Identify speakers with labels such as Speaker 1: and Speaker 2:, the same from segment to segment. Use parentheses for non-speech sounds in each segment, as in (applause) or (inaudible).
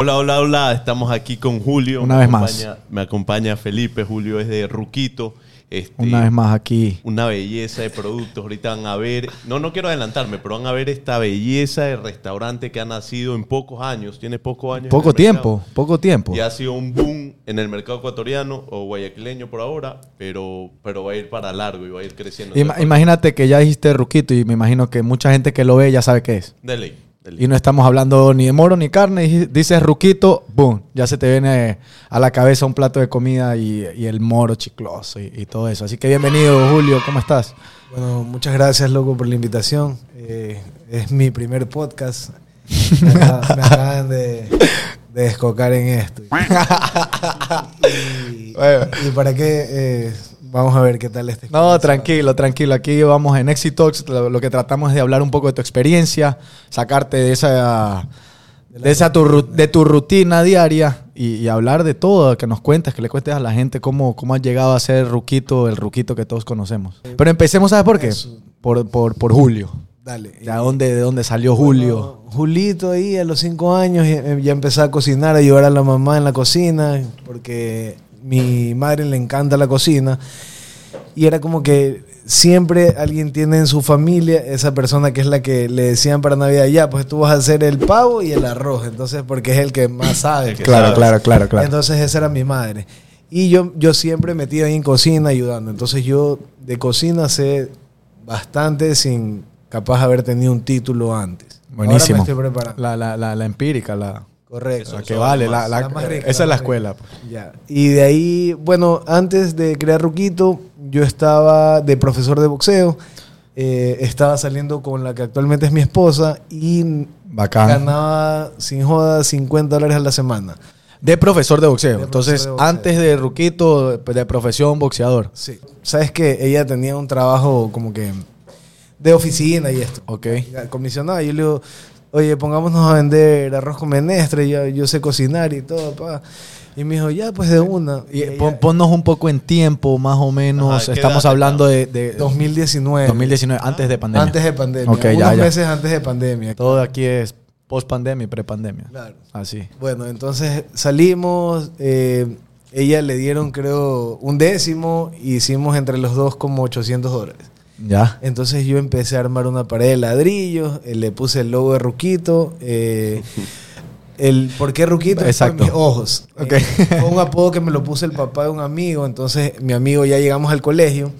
Speaker 1: Hola, hola, hola. Estamos aquí con Julio.
Speaker 2: Una
Speaker 1: Me
Speaker 2: vez más.
Speaker 1: acompaña- Me acompaña Felipe. Julio es de Ruquito. Este,
Speaker 2: Una vez más aquí.
Speaker 1: Una belleza de productos. Ahorita van a ver. No, no quiero adelantarme, pero van a ver esta belleza de restaurante que ha nacido en pocos años. Tiene pocos años. en
Speaker 2: Poco
Speaker 1: el mercado.
Speaker 2: tiempo, poco tiempo.
Speaker 1: Y ha sido un boom en el mercado ecuatoriano o guayaquileño por ahora, pero, pero va a ir para largo y va a ir creciendo.
Speaker 2: Ima- imagínate que ya dijiste Ruquito y me imagino que mucha gente que lo ve ya sabe qué es.
Speaker 1: Dele, dele.
Speaker 2: Y no estamos hablando ni de moro ni carne. y Dices Ruquito, boom, ya se te viene a la cabeza un plato de comida y, y el moro chicloso y, y todo eso. Así que bienvenido, Julio, ¿cómo estás?
Speaker 3: Bueno, muchas gracias, loco, por la invitación. Eh, es mi primer podcast. Me, acaba- me acaban de, de descocar en esto. Y, y para qué, eh, vamos a ver qué tal este.
Speaker 2: No, tranquilo, tranquilo. Aquí vamos en Exit Talks. Lo, lo que tratamos es de hablar un poco de tu experiencia, sacarte de esa, de esa tu, ru- de tu rutina diaria y, y hablar de todo, que nos cuentes, que le cuentes a la gente cómo, cómo has llegado a ser Ruquito, el Ruquito que todos conocemos. Pero empecemos, ¿sabes por qué? Por, por, por Julio.
Speaker 3: Dale.
Speaker 2: ¿De a dónde, de dónde salió Julio?
Speaker 3: Bueno, Julito ahí a los cinco años eh, ya, ya empecé a cocinar, a ayudar a la mamá en la cocina, porque mi madre le encanta la cocina. Y era como que siempre alguien tiene en su familia esa persona que es la que le decían para Navidad, ya, pues tú vas a hacer el pavo y el arroz, entonces porque es el que más sabe.
Speaker 1: El que Claro, sabe. claro,
Speaker 2: claro,
Speaker 3: Entonces esa era mi madre. Y yo, yo siempre metido ahí en cocina ayudando. Entonces yo de cocina sé bastante sin capaz haber tenido un título antes.
Speaker 2: Buenísimo.
Speaker 3: Ahora me estoy preparando.
Speaker 2: La, la, la, la empírica, la,
Speaker 3: Correcto.
Speaker 2: la
Speaker 1: Eso,
Speaker 2: que
Speaker 1: eso
Speaker 2: vale,
Speaker 1: vale
Speaker 2: la,
Speaker 1: más.
Speaker 2: la- eh,
Speaker 3: La más rica,
Speaker 2: esa es la
Speaker 3: más rica.
Speaker 2: escuela. pues.
Speaker 3: Ya. Y de ahí, bueno, antes de crear Ruquito, yo estaba de profesor de boxeo. eh, estaba saliendo con la que actualmente es mi esposa y
Speaker 2: Bacán.
Speaker 3: ganaba sin joda 50 dólares a la semana.
Speaker 2: De profesor de boxeo.
Speaker 3: De
Speaker 2: Entonces,
Speaker 3: profesor de boxeo.
Speaker 2: antes de Ruquito, de profesión boxeador.
Speaker 3: Sí. Sabes que ella tenía un trabajo como que de oficina y esto.
Speaker 2: Ok.
Speaker 3: la comisionada. Yo le digo, oye, pongámonos a vender arroz con menestre, yo, yo sé cocinar y todo, pa. Y me dijo, ya, pues de una.
Speaker 2: Y
Speaker 3: ella-
Speaker 2: pon- ponnos un poco en tiempo, más o
Speaker 1: Ajá,
Speaker 2: menos.
Speaker 1: ¿qué
Speaker 2: Estamos
Speaker 1: edad
Speaker 2: hablando de, de
Speaker 3: 2019.
Speaker 2: 2019, antes de pandemia.
Speaker 3: Ah, Antes de pandemia.
Speaker 2: Ok, ya,
Speaker 3: unos
Speaker 2: ya.
Speaker 3: meses antes de pandemia.
Speaker 2: Todo aquí es post pandemia y pre pandemia.
Speaker 3: Claro.
Speaker 2: Así.
Speaker 3: Bueno, entonces salimos. eh, ella le dieron, creo, un décimo. Y hicimos entre los dos como 800 dólares.
Speaker 2: Ya.
Speaker 3: Entonces yo empecé a armar una pared de ladrillos, eh, le puse el logo de Ruquito. eh, el, ¿Por qué Ruquito? Es por
Speaker 2: Exacto.
Speaker 3: mis ojos. Eh,
Speaker 2: Ok.
Speaker 3: fue un apodo que me lo puso el papá de un amigo. Entonces mi amigo ya llegamos al colegio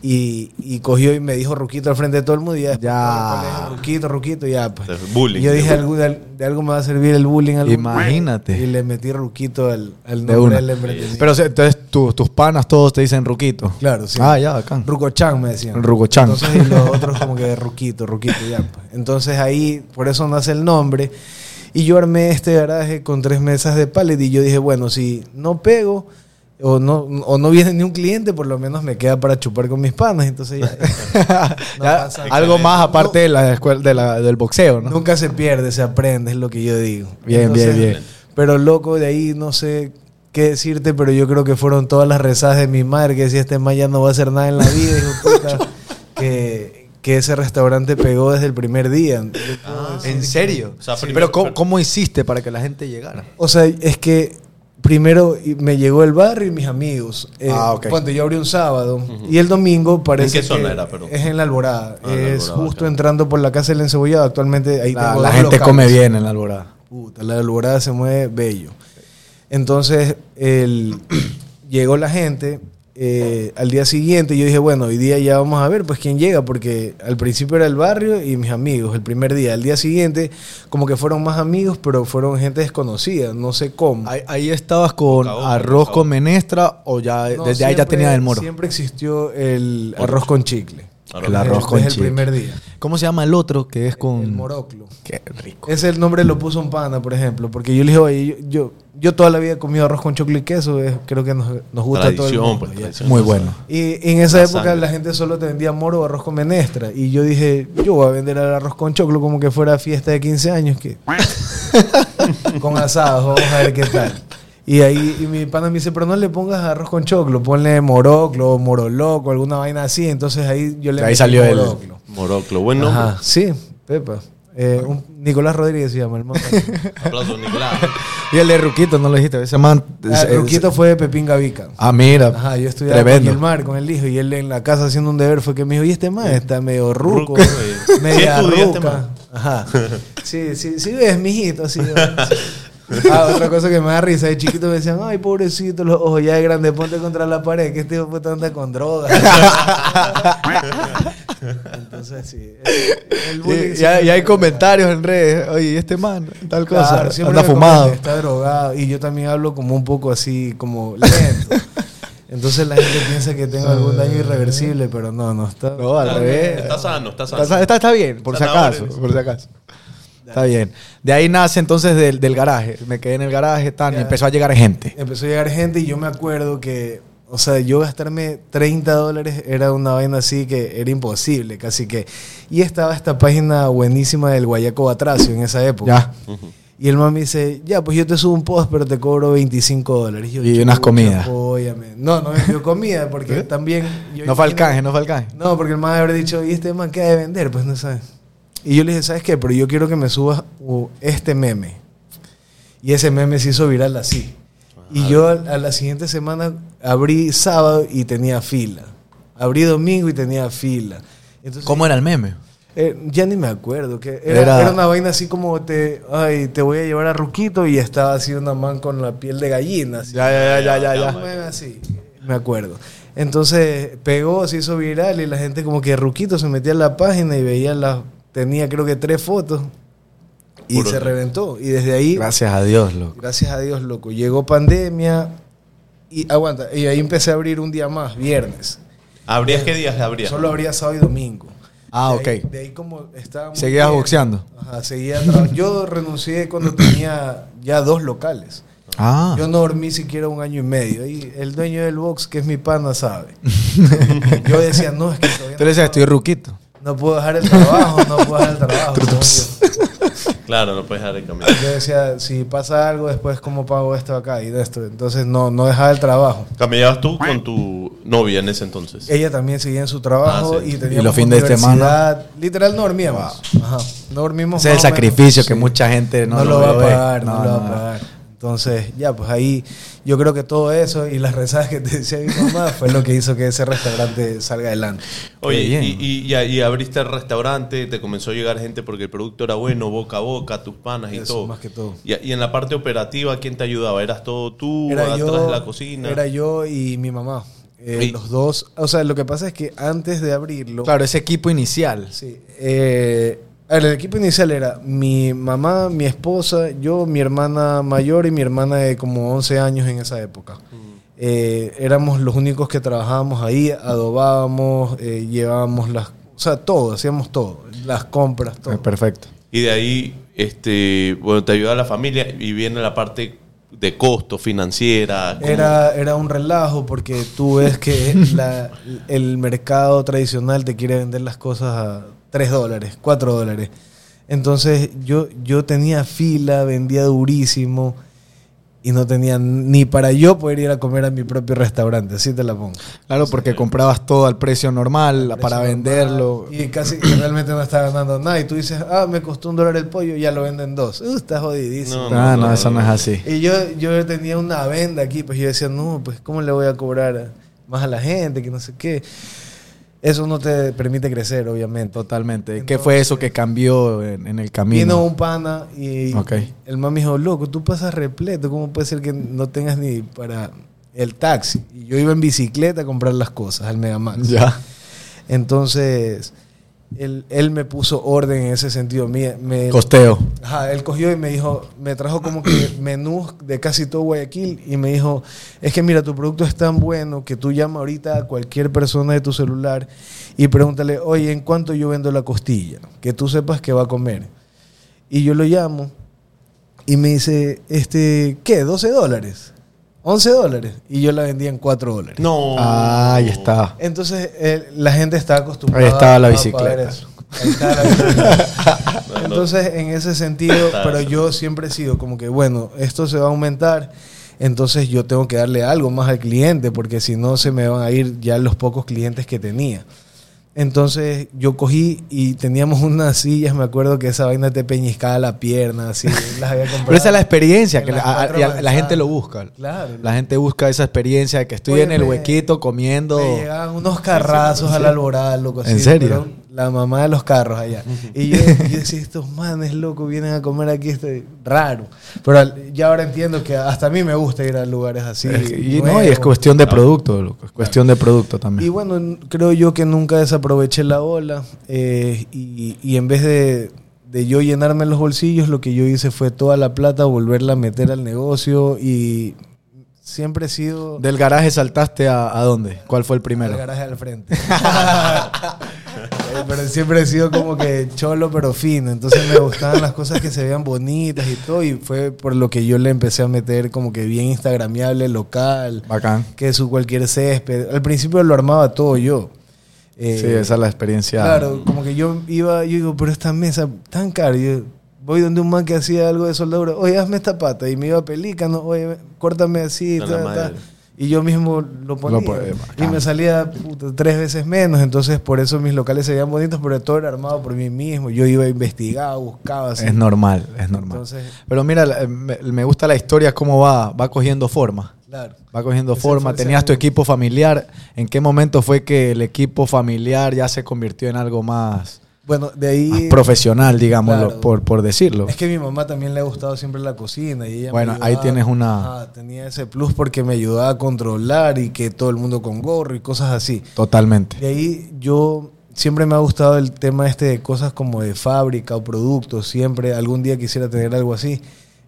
Speaker 3: y, y cogió y me dijo Ruquito al frente de todo el mundo. Y ya, después
Speaker 2: Ya.
Speaker 3: al colegio, Ruquito, Ruquito, ya. Pues.
Speaker 1: Entonces, bullying.
Speaker 3: Y yo dije,
Speaker 1: De-
Speaker 3: algo- de, al- de algo me va a servir el bullying. algún-
Speaker 2: Imagínate.
Speaker 3: Y le metí Ruquito al, al
Speaker 2: De
Speaker 3: nombre
Speaker 2: una.
Speaker 3: del emprendimiento.
Speaker 2: Pero o sea, entonces tu- tus panas todos te dicen Ruquito.
Speaker 3: Claro, sí.
Speaker 2: Ah, ya, bacán. (laughs)
Speaker 3: Rucochan me decían.
Speaker 2: Rucochan.
Speaker 3: Entonces y los otros como que Ruquito, Ruquito, ya. pues. Entonces ahí, por eso nace el nombre. Y yo armé este garaje con tres mesas de pallet y yo dije, bueno, si no pego o no, o no viene ni un cliente, por lo menos me queda para chupar con mis panas. Entonces ya, no
Speaker 2: Ya,
Speaker 3: pasa nada.
Speaker 2: algo más aparte de la escuela, de la- del boxeo, ¿no?
Speaker 3: Nunca se pierde, se aprende, es lo que yo digo.
Speaker 2: Bien, bien, bien.
Speaker 3: Pero loco, de ahí no sé qué decirte, pero yo creo que fueron todas las rezadas de mi madre, que si este man ya no va a hacer nada en la vida, hijo de
Speaker 2: (laughs)
Speaker 3: puta, que, que ese restaurante pegó desde el primer día. Yo puedo decir
Speaker 2: ¿En
Speaker 3: que-
Speaker 2: serio?
Speaker 1: Ah, O sea,
Speaker 2: Sí.
Speaker 1: primero-
Speaker 2: Pero ¿cómo, cómo hiciste para que la gente llegara?
Speaker 3: O sea, es que primero y- me llegó el barrio y mis amigos. Eh,
Speaker 2: Ah, ok.
Speaker 3: Cuando yo abrí un sábado y el domingo parece
Speaker 1: ¿En qué zona
Speaker 3: que
Speaker 1: era, pero?
Speaker 3: es en la Alborada.
Speaker 1: Ah, en la
Speaker 3: es
Speaker 1: Alborada,
Speaker 3: justo
Speaker 1: claro.
Speaker 3: entrando por la casa del encebollado. Actualmente ahí
Speaker 2: La,
Speaker 3: tengo
Speaker 2: Ah, la
Speaker 3: dos
Speaker 2: gente come
Speaker 3: locales.
Speaker 2: bien en la alborada.
Speaker 3: Puta, la alborada se mueve bello. Entonces, el- (clears throat) llegó la gente. eh, al día siguiente yo dije, bueno, hoy día ya vamos a ver pues quién llega, porque al principio era el barrio y mis amigos, el primer día. Al día siguiente como que fueron más amigos, pero fueron gente desconocida, no sé cómo.
Speaker 2: Ahí, ahí estabas con
Speaker 1: Boca a boca,
Speaker 2: arroz
Speaker 1: boca a
Speaker 2: con menestra o ya
Speaker 3: No,
Speaker 2: desde ahí ya
Speaker 3: siempre-
Speaker 2: tenía el moro.
Speaker 3: Siempre existió el arroz con chicle.
Speaker 1: Claro.
Speaker 2: El arroz
Speaker 3: Desde
Speaker 2: con
Speaker 3: el
Speaker 2: chicle.
Speaker 3: primer día.
Speaker 2: ¿Cómo se llama el otro que es con
Speaker 3: El moroclo.
Speaker 2: Qué rico.
Speaker 3: Ese el nombre lo puso un pana, por ejemplo, porque yo le dije, oye, yo, yo, yo toda la vida he comido arroz con chocolate y queso, es- creo que nos, nos gusta a todo el
Speaker 1: Tradición,
Speaker 3: mundo.
Speaker 1: pues,
Speaker 3: ya.
Speaker 1: tradición.
Speaker 2: Muy bueno.
Speaker 3: Y en esa
Speaker 1: La
Speaker 3: época
Speaker 1: sangre.
Speaker 3: la gente solo te vendía moro o arroz con menestra. Y yo dije, yo voy a vender el arroz con choclo como que fuera fiesta de 15 años,
Speaker 1: (laughs)
Speaker 3: que con asados, vamos a ver qué tal. Y ahí y mi pana me dice, pero no le pongas arroz con choclo, ponle moroclo, moroloco, alguna vaina así. Entonces ahí yo le
Speaker 2: Ahí
Speaker 3: metí
Speaker 2: salió el-
Speaker 3: moroclo.
Speaker 1: Moroclo, bueno.
Speaker 3: Ajá, sí, Pepa. Eh, un- Nicolás Rodríguez se llama
Speaker 2: (laughs)
Speaker 3: el man.
Speaker 1: Aplausos, Nicolás.
Speaker 2: Y el de Ruquito, no lo dijiste. Ese man.
Speaker 3: Ah,
Speaker 2: ese-
Speaker 3: Ruquito fue de Pepín Gavica.
Speaker 2: Ah, mira.
Speaker 3: Ajá, yo estudiaba
Speaker 2: Tremendo.
Speaker 3: con Gilmar, con el hijo, y él en la casa haciendo un deber fue que me dijo, y este man está medio
Speaker 1: Ruco,
Speaker 3: ruco,
Speaker 1: sí.
Speaker 3: (laughs) media
Speaker 1: Sí estudiaste,
Speaker 3: ruca.
Speaker 1: man.
Speaker 3: Ajá.
Speaker 1: (laughs)
Speaker 3: Sí, sí, sí ves, mijito, sí. ves. Ah, otra cosa que me da risa, de chiquito me decían, ay, pobrecito, los ojos ya de grande, ponte contra la pared, que este hijo puta anda con drogas.
Speaker 2: (laughs)
Speaker 3: Entonces, sí. (laughs) El bullying
Speaker 2: Sí, y, hay, y hay
Speaker 3: siempre-
Speaker 2: comentarios en redes. Oye, ¿y este man, tal cosa.
Speaker 3: Claro, siempre
Speaker 2: anda
Speaker 3: me
Speaker 2: fumado.
Speaker 3: comentan, Está drogado. Y yo también hablo como un poco así,
Speaker 2: (laughs)
Speaker 3: como lento. Entonces la gente piensa que tengo algún daño irreversible, pero no, no está.
Speaker 2: No, al
Speaker 1: Está-
Speaker 2: revés.
Speaker 1: Está sano, está sano.
Speaker 2: Está, sa- está- está bien, por si
Speaker 1: Está
Speaker 2: acaso.
Speaker 1: orden.
Speaker 2: Por si acaso. Está bien. De ahí nace entonces del, del garaje. Me quedé en el garaje, tan, y
Speaker 3: Ya.
Speaker 2: empezó a llegar gente.
Speaker 3: Empezó a llegar gente y yo me acuerdo que, o sea, yo gastarme 30 dólares era una vaina así que era imposible, casi que. Y estaba esta página buenísima del Guayaco Batracio en esa época.
Speaker 2: Ya.
Speaker 3: Y el man me dice, ya, pues yo te subo un post, pero te cobro 25 dólares. yo,
Speaker 2: Y unas
Speaker 3: chucha,
Speaker 2: comidas. ¿Eh?
Speaker 3: apóyame. No, no me dio comida, porque también... yo
Speaker 2: No fue al
Speaker 3: imagino-
Speaker 2: canje, no fue al canje.
Speaker 3: No, porque el man haber dicho, ¿y este man qué ha de vender? Pues no sabes. Y yo le dije, ¿sabes qué? Pero yo quiero que me subas uh, este meme. Y ese meme se hizo viral así. Y yo al- a la siguiente semana abrí sábado y tenía fila. Abrí domingo y tenía fila. Entonces,
Speaker 2: ¿Cómo era el meme?
Speaker 3: eh, ya ni me acuerdo. que era,
Speaker 2: Era-
Speaker 3: era una vaina así como te, ay, te voy a llevar a Ruquito y estaba así una man con la piel de gallina. así.
Speaker 2: Ya, ya, ya, ya, ya.
Speaker 3: Un meme así, me acuerdo. Entonces pegó, se hizo viral y la gente como que Ruquito se metía en la página y veía las, tenía creo que tres fotos y
Speaker 1: Puro.
Speaker 3: se reventó. Y desde ahí, gracias.
Speaker 2: Gracias a Dios, loco.
Speaker 3: a Dios, loco, llegó pandemia y aguanta, y ahí empecé a abrir un día más, viernes.
Speaker 1: ¿Abrías qué días le abrías?
Speaker 3: Solo abría sábado y domingo.
Speaker 2: Ah,
Speaker 3: De ahí-
Speaker 2: ok.
Speaker 3: de ahí como estábamos
Speaker 2: Seguías
Speaker 3: bien.
Speaker 2: boxeando.
Speaker 3: Ajá, seguía tra- Yo renuncié cuando tenía ya dos locales.
Speaker 2: Ah.
Speaker 3: Yo no dormí siquiera un año y medio. Y el dueño del box, que es mi pana,
Speaker 2: (laughs)
Speaker 3: sabe. Yo decía, no, es que todavía
Speaker 2: Tú le decías, estoy ruquito.
Speaker 3: no, no puedo dejar el trabajo, no puedo dejar el trabajo. ¿no? Yo-
Speaker 1: Claro, no puedes dejar el camino.
Speaker 3: Yo decía, si pasa algo, después cómo pago esto acá y de esto. Entonces no, no dejaba el trabajo.
Speaker 1: Camellabas tú con tu novia en ese entonces.
Speaker 3: Ella también seguía en su trabajo
Speaker 1: Ah, sí.
Speaker 3: y tenía
Speaker 2: Y los fines de semana.
Speaker 3: Literal no dormíamos. Ajá. No dormimos.
Speaker 2: Ese es el
Speaker 3: más o menos.
Speaker 2: sacrificio que
Speaker 3: Sí.
Speaker 2: mucha gente no,
Speaker 3: no, lo, va a
Speaker 2: ve.
Speaker 3: pagar, no,
Speaker 2: No,
Speaker 3: lo va
Speaker 2: no.
Speaker 3: a pagar. Entonces, ya, pues ahí yo creo que todo eso y las rezadas que te decía mi
Speaker 2: (laughs)
Speaker 3: mamá fue lo que hizo que ese restaurante salga adelante.
Speaker 1: Oye,
Speaker 2: Qué bien.
Speaker 1: y, y- y ahí abriste el restaurante, te comenzó a llegar gente porque el producto era bueno, boca a boca, tus panas y
Speaker 3: Eso,
Speaker 1: todo.
Speaker 3: más que todo.
Speaker 1: Y, y en la parte operativa, ¿quién te ayudaba? ¿Eras todo tú, atrás de la cocina?
Speaker 3: Era yo y mi mamá. Eh,
Speaker 1: Sí.
Speaker 3: Los dos. O sea, lo que pasa es que antes de abrirlo.
Speaker 2: Claro, ese equipo inicial.
Speaker 3: Sí. eh, a ver, el equipo inicial era mi mamá, mi esposa, yo, mi hermana mayor y mi hermana de como 11 años en esa época. Eh, éramos los únicos que trabajábamos ahí, adobábamos, eh, llevábamos las... O sea, todo, hacíamos todo. Las compras, todo.
Speaker 2: Eh, Perfecto.
Speaker 1: Y de ahí, este, bueno, te ayudaba la familia y viene la parte de costo financiera. ¿cómo?
Speaker 3: Era, era un relajo porque tú ves que la- el mercado tradicional te quiere vender las cosas a 3 dólares, 4 dólares. Entonces yo, yo tenía fila, vendía durísimo y no tenía ni para yo poder ir a comer a mi propio restaurante, así te la pongo.
Speaker 2: Claro, porque comprabas todo al precio normal Ah, para
Speaker 3: Precio
Speaker 2: venderlo.
Speaker 3: normal, Y casi y realmente no está ganando nada. Y tú dices, ah, me costó un dólar el pollo, ya lo venden dos. Uh, está jodidísimo.
Speaker 1: No,
Speaker 2: Ah, no,
Speaker 1: no,
Speaker 2: eso no es
Speaker 1: no.
Speaker 2: así.
Speaker 3: Y yo, yo tenía una venda aquí, pues yo decía, no, pues ¿cómo le voy a cobrar a- más a la gente? Que no sé qué. Eso no te permite crecer, obviamente.
Speaker 2: Totalmente. ¿Qué fue eso que cambió en, en el
Speaker 3: Vino
Speaker 2: camino?
Speaker 3: un pana y
Speaker 2: Ok.
Speaker 3: el man me dijo, loco, tú pasas repleto, ¿cómo puede ser que no tengas ni para el taxi? Y yo iba en bicicleta a comprar las cosas al Megamax.
Speaker 2: Ya.
Speaker 3: Entonces, él, él me puso orden en ese sentido. Me, me-
Speaker 2: Costeo.
Speaker 3: Ajá, él cogió y me dijo, me trajo como que
Speaker 2: (clears throat)
Speaker 3: menús de casi todo Guayaquil y me dijo, es que mira, tu producto es tan bueno que tú llama ahorita a cualquier persona de tu celular y pregúntale, oye, ¿en cuánto yo vendo la costilla? Que tú sepas que va a comer. Y yo lo llamo y me dice, este, ¿qué? ¿12 dólares? ¿11 dólares? Y yo la vendía en 4 dólares.
Speaker 1: No.
Speaker 2: Ah, ahí está.
Speaker 3: Entonces eh, la gente está acostumbrada
Speaker 2: Ahí estaba la
Speaker 3: a
Speaker 2: bicicleta.
Speaker 3: pagar eso. Ahí estaba la bicicleta.
Speaker 1: No, no.
Speaker 3: Entonces, en ese sentido,
Speaker 1: Está
Speaker 3: pero
Speaker 1: eso.
Speaker 3: yo siempre he sido como que, bueno, esto se va a aumentar, entonces yo tengo que darle algo más al cliente, porque si no se me van a ir ya los pocos clientes que tenía. Entonces yo cogí y teníamos unas sillas, me acuerdo que esa vaina te peñiscaba la pierna, así las había comprado.
Speaker 2: Pero esa es la experiencia, que
Speaker 3: En
Speaker 2: la,
Speaker 3: las cuatro
Speaker 2: a- y a- la
Speaker 3: avanzadas.
Speaker 2: gente lo busca.
Speaker 3: Claro.
Speaker 2: La gente busca esa experiencia de que estoy
Speaker 3: Oye,
Speaker 2: en el
Speaker 3: me-
Speaker 2: huequito comiendo.
Speaker 3: Me llegaban unos carrazos a la alborada, loco. así,
Speaker 2: ¿En serio?
Speaker 3: pero La mamá de los carros allá. Y yo, yo decía, estos manes, loco, vienen a comer aquí, este raro. Pero al- ya ahora entiendo que hasta a mí me gusta ir a lugares así.
Speaker 2: Es que- y, no, y es
Speaker 3: nuevos.
Speaker 2: cuestión de producto, loco, es cuestión de producto
Speaker 3: Y
Speaker 2: también.
Speaker 3: bueno, n- creo yo que nunca desaproveché la ola. eh, y, y en vez de, de yo llenarme los bolsillos, lo que yo hice fue toda la plata volverla a meter al negocio. Y siempre he sido
Speaker 2: ¿Del garaje saltaste a, a dónde? ¿Cuál fue el
Speaker 3: al
Speaker 2: primero?
Speaker 3: garaje al frente. (laughs) Eh, pero siempre he sido como que cholo pero fino. Entonces me gustaban las cosas que se vean bonitas y todo. Y fue por lo que yo le empecé a meter como que bien instagramiable, local,
Speaker 2: Bacán.
Speaker 3: que su cualquier césped. Al principio lo armaba todo yo. Eh,
Speaker 2: sí, esa es la experiencia.
Speaker 3: Claro, como que yo iba, yo digo, pero esta mesa tan cara. Yo voy donde un man que hacía algo de soldadura, oye, hazme esta pata. Y me iba a pelícano, oye, córtame así.
Speaker 1: A la
Speaker 3: ta, ta.
Speaker 1: madre.
Speaker 3: Y yo mismo lo ponía.
Speaker 2: Lo pone-
Speaker 3: y me salía puta, tres veces menos. Entonces, por eso mis locales se veían bonitos, pero todo era armado por mí mismo. Yo iba a investigar, buscaba. así.
Speaker 2: Es normal, es normal.
Speaker 3: Entonces,
Speaker 2: Pero mira, la- me, me gusta la historia, cómo va, va cogiendo forma.
Speaker 3: claro.
Speaker 2: Va cogiendo
Speaker 3: Ese fue
Speaker 2: forma.
Speaker 3: el
Speaker 2: Tenías tu
Speaker 3: segundo.
Speaker 2: equipo familiar. ¿En qué momento fue que el equipo familiar ya se convirtió en algo más,
Speaker 3: Bueno, de
Speaker 2: más
Speaker 3: ahí.
Speaker 2: profesional, digámoslo,
Speaker 3: Claro.
Speaker 2: por, por decirlo?
Speaker 3: Es que a mi mamá también le ha gustado siempre la cocina. Y ella me
Speaker 2: Bueno, ahí
Speaker 3: ayudaba.
Speaker 2: tienes una-
Speaker 3: Ajá, tenía ese plus porque me ayudaba a controlar y que todo el mundo con gorro y cosas así.
Speaker 2: Totalmente.
Speaker 3: De ahí yo siempre me ha gustado el tema este de cosas como de fábrica o productos. Siempre algún día quisiera tener algo así.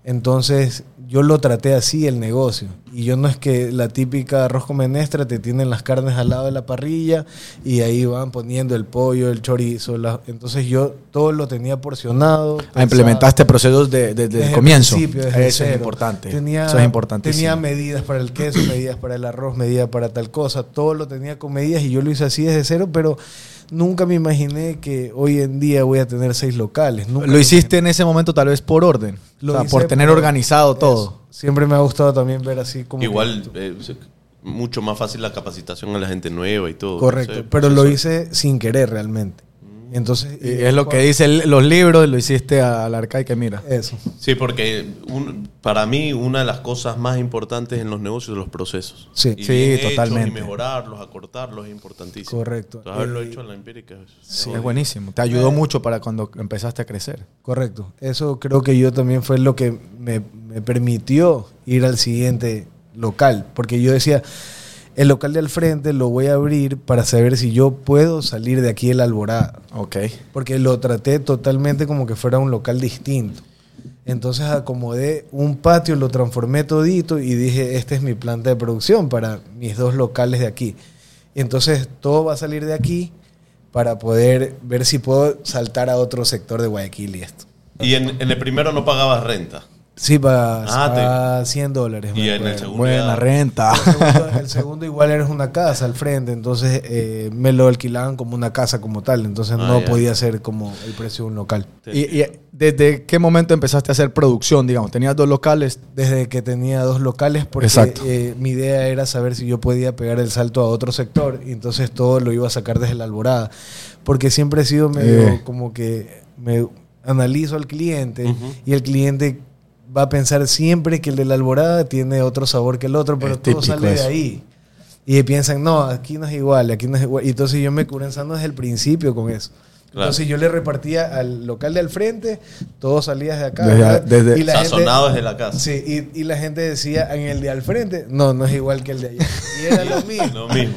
Speaker 3: Entonces yo lo traté así el negocio. Y yo no es que la típica arroz con menestra te tienen las carnes al lado de la parrilla y ahí van poniendo el pollo, el chorizo. la- Entonces yo todo lo tenía porcionado.
Speaker 2: Ah,
Speaker 3: pensado.
Speaker 2: implementaste procesos de- de- desde el
Speaker 3: Desde
Speaker 2: comienzo.
Speaker 3: principio, desde
Speaker 2: Eso es
Speaker 3: cero.
Speaker 2: importante.
Speaker 3: Tenía,
Speaker 2: Eso es importantísimo.
Speaker 3: Tenía medidas para
Speaker 2: (clears throat)
Speaker 3: el queso, medidas para el arroz, medidas para tal cosa. Todo lo tenía con medidas y yo lo hice así desde cero, pero nunca me imaginé que hoy en día voy a tener seis locales. Nunca
Speaker 2: Lo hiciste en ese momento tal vez por orden,
Speaker 3: Lo
Speaker 2: o sea,
Speaker 3: hice
Speaker 2: por tener
Speaker 3: por-
Speaker 2: organizado
Speaker 3: eso.
Speaker 2: todo.
Speaker 3: Siempre me ha gustado también ver así como.
Speaker 1: Igual,
Speaker 3: que-
Speaker 1: eh, se- mucho más fácil la capacitación a la gente nueva y todo.
Speaker 3: correcto.
Speaker 1: Ese
Speaker 3: pero lo
Speaker 1: proceso.
Speaker 3: hice sin querer realmente. Entonces. eh,
Speaker 2: Y es lo que dicen los libros, lo hiciste a la arcaica, mira.
Speaker 3: Eso.
Speaker 1: Sí, porque un- para mí una de las cosas más importantes en los negocios son los procesos.
Speaker 3: Sí.
Speaker 1: Y
Speaker 2: Sí,
Speaker 1: bien hechos,
Speaker 2: totalmente.
Speaker 1: y mejorarlos, acortarlos es importantísimo.
Speaker 3: Correcto.
Speaker 1: Entonces, haberlo
Speaker 3: Y-
Speaker 1: hecho en la empírica. es-
Speaker 2: Es buenísimo. Te
Speaker 3: Eh.
Speaker 2: ayudó mucho para cuando empezaste a crecer.
Speaker 3: Correcto. Eso creo que yo también fue lo que me, me permitió ir al siguiente local. Porque yo decía, el local de al frente lo voy a abrir para saber si yo puedo salir de aquí de la alborada.
Speaker 2: Ok.
Speaker 3: Porque lo traté totalmente como que fuera un local distinto. Entonces acomodé un patio, lo transformé todito y dije, esta es mi planta de producción para mis dos locales de aquí. Entonces todo va a salir de aquí para poder ver si puedo saltar a otro sector de Guayaquil y esto.
Speaker 1: Y en, en el primero no pagabas renta.
Speaker 3: Sí, para
Speaker 1: Ah, te-
Speaker 3: para 100 dólares.
Speaker 1: Y
Speaker 3: me
Speaker 1: en el
Speaker 3: acuerdo.
Speaker 1: segundo.
Speaker 2: Buena renta.
Speaker 3: El segundo, el segundo igual era una casa al frente, entonces eh, me lo alquilaban como una casa como tal, entonces
Speaker 1: Ah,
Speaker 3: no
Speaker 1: ya.
Speaker 3: podía ser como el precio de un local.
Speaker 2: (laughs) ¿Y, y desde qué momento empezaste a hacer producción, digamos? Tenías dos locales.
Speaker 3: Desde que tenía dos locales, porque
Speaker 2: Exacto.
Speaker 3: eh, mi idea era saber si yo podía pegar el salto a otro sector, y entonces todo lo iba a sacar desde la alborada, porque siempre he sido medio
Speaker 2: Eh.
Speaker 3: como que me analizo al cliente
Speaker 1: Ujú.
Speaker 3: y el cliente va a pensar siempre que el de la alborada tiene otro sabor que el otro, pero
Speaker 2: Es
Speaker 3: todo
Speaker 2: típico
Speaker 3: sale de
Speaker 2: eso.
Speaker 3: ahí. Y piensan, no, aquí no es igual, aquí no es igual. Y entonces yo me curé ensando desde el principio con eso.
Speaker 1: Claro.
Speaker 3: Entonces yo le repartía al local de al frente, todos salías de acá.
Speaker 2: Desde-
Speaker 3: ¿verdad?
Speaker 2: desde-
Speaker 3: y la gente-
Speaker 1: Sazonado desde la casa.
Speaker 3: Sí, y, y la gente decía en el de al frente, no, no es igual que el de allá. Y era lo mismo.
Speaker 1: (laughs) Lo mismo.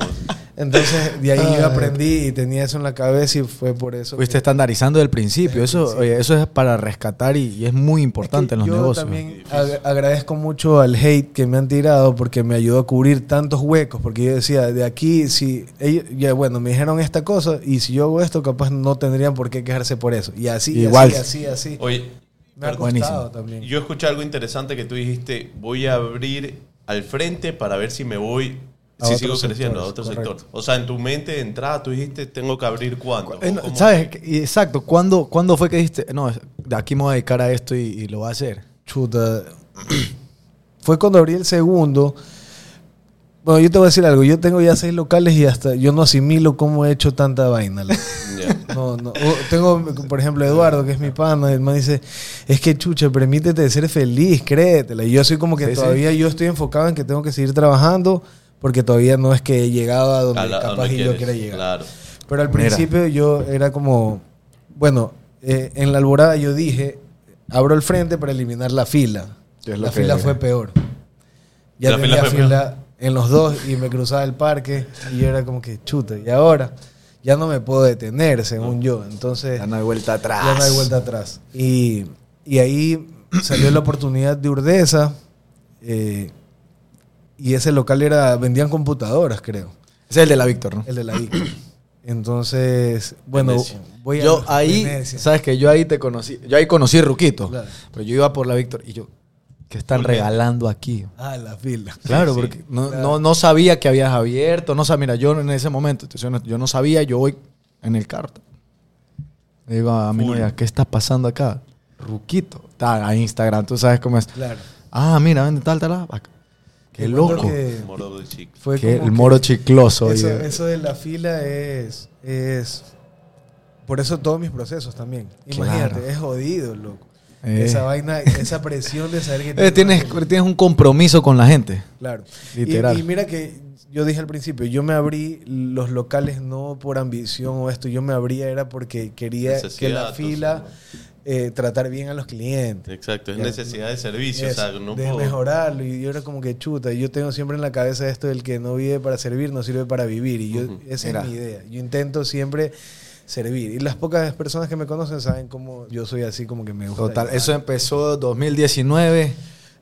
Speaker 3: Entonces, de ahí
Speaker 2: Ay.
Speaker 3: yo aprendí y tenía eso en la cabeza y fue por eso.
Speaker 2: Fuiste
Speaker 3: que-
Speaker 2: estandarizando del principio. Eso, oye, eso es para rescatar y, y es muy importante en los
Speaker 3: yo
Speaker 2: negocios.
Speaker 3: también ag- agradezco mucho al hate que me han tirado porque me ayudó a cubrir tantos huecos. Porque yo decía, de aquí, si. ellos- ya, bueno, me dijeron esta cosa y si yo hago esto, capaz no tendrían por qué quejarse por eso. Y así, y
Speaker 2: Igual.
Speaker 3: así, así, así.
Speaker 1: Oye,
Speaker 3: Me ha costado
Speaker 2: Buenísimo.
Speaker 3: también.
Speaker 1: yo escuché algo interesante que tú dijiste, voy a abrir al frente para ver si me voy,
Speaker 3: A
Speaker 1: si
Speaker 3: otros
Speaker 1: sigo creciendo a
Speaker 3: sectores,
Speaker 1: otro
Speaker 3: correcto.
Speaker 1: sector. O sea, en tu mente de entrada tú dijiste, tengo que abrir cuánto.
Speaker 2: Eh,
Speaker 1: ¿O
Speaker 2: no,
Speaker 1: cómo?
Speaker 2: ¿Sabes? Y Exacto. ¿Cuándo, ¿Cuándo fue que dijiste, no, de aquí me voy a dedicar a esto y, y lo voy a hacer?
Speaker 3: (clears throat) Chuta. Fue cuando abrí el segundo Bueno, yo te voy a decir algo. Yo tengo ya seis locales y hasta yo no asimilo cómo he hecho tanta vaina. loco.
Speaker 1: Ya.
Speaker 3: No, no. O- Tengo, por ejemplo, Eduardo, que es mi pana, el man dice, es que chucha, permítete ser feliz, créetela. Y yo soy como que
Speaker 2: Sí, sí.
Speaker 3: todavía yo estoy enfocado en que tengo que seguir trabajando porque todavía no es que he llegado a (laughs) donde
Speaker 1: A la- a
Speaker 3: capaz
Speaker 1: donde
Speaker 3: y
Speaker 1: quieres,
Speaker 3: yo quiera llegar.
Speaker 1: Claro.
Speaker 3: Pero al
Speaker 2: Mira.
Speaker 3: principio yo era como, bueno, eh, en la alborada yo dije, abro el frente para eliminar la fila.
Speaker 2: Que es lo
Speaker 3: la
Speaker 2: que-
Speaker 3: fila fue peor. Ya
Speaker 1: La fila
Speaker 3: tenía fila,
Speaker 1: fue peor.
Speaker 3: en los dos y me cruzaba el parque y yo era como que chuta. Y ahora ya no me puedo detener, según yo. Entonces
Speaker 2: Ya no hay vuelta atrás.
Speaker 3: ya no hay vuelta atrás. Y, y ahí salió la oportunidad de Urdesa eh, y ese local era, vendían computadoras, creo.
Speaker 2: Ese es el de la Víctor, ¿no?
Speaker 3: El de la ICA. Entonces, bueno,
Speaker 1: Venecia.
Speaker 3: voy a.
Speaker 2: Yo ahí,
Speaker 3: Venecia.
Speaker 2: sabes que yo ahí te conocí, yo ahí conocí a Ruquito,
Speaker 3: Claro.
Speaker 2: pero yo iba por la Víctor y yo, ¿qué están
Speaker 1: ¿Por qué?
Speaker 2: regalando aquí?
Speaker 3: Ah, la fila.
Speaker 2: Claro,
Speaker 1: sí.
Speaker 2: porque no,
Speaker 3: Claro.
Speaker 2: No, no sabía que habías abierto, no sabía, mira, yo en ese momento, te soy honesto, yo no sabía, yo voy en el carro. Le digo a mi
Speaker 1: Full.
Speaker 2: novia, ¿qué está pasando acá? Ruquito, está a Instagram, tú sabes cómo es.
Speaker 3: Claro.
Speaker 2: Ah, mira, vende tal, tal, tal. Qué
Speaker 3: Te cuento
Speaker 2: loco.
Speaker 3: que
Speaker 1: Moro del chico.
Speaker 3: fue
Speaker 2: Que
Speaker 3: como
Speaker 2: el
Speaker 3: que
Speaker 2: moro eh. chicloso.
Speaker 3: Eso,
Speaker 2: oye.
Speaker 3: eso de la fila es. es por eso todos mis procesos también. Imagínate,
Speaker 2: Claro.
Speaker 3: es jodido, loco.
Speaker 2: Eh.
Speaker 3: Esa vaina, esa presión de saber que
Speaker 2: (laughs) Eh, tienes,
Speaker 3: una fila.
Speaker 2: tienes un compromiso con la gente.
Speaker 3: Claro.
Speaker 2: Literal.
Speaker 3: Y, y mira que yo dije al principio, yo me abrí los locales no por ambición o esto, yo me abría era porque quería que
Speaker 1: Necesidad,
Speaker 3: la
Speaker 1: entonces,
Speaker 3: fila eh, tratar bien a los clientes.
Speaker 1: Exacto, es
Speaker 3: Ya.
Speaker 1: necesidad de servicio.
Speaker 3: Eso,
Speaker 1: o sea, no
Speaker 3: de
Speaker 1: puedo-
Speaker 3: mejorarlo. Y yo era como que chuta. Yo tengo siempre en la cabeza esto del que no vive para servir, no sirve para vivir. Y yo,
Speaker 1: Ujú.
Speaker 3: esa
Speaker 2: Mira.
Speaker 3: es mi idea. Yo intento siempre servir. Y las pocas personas que me conocen saben cómo yo soy así, como que me gusta.
Speaker 2: Total,
Speaker 3: ayudar.
Speaker 2: eso empezó 2019.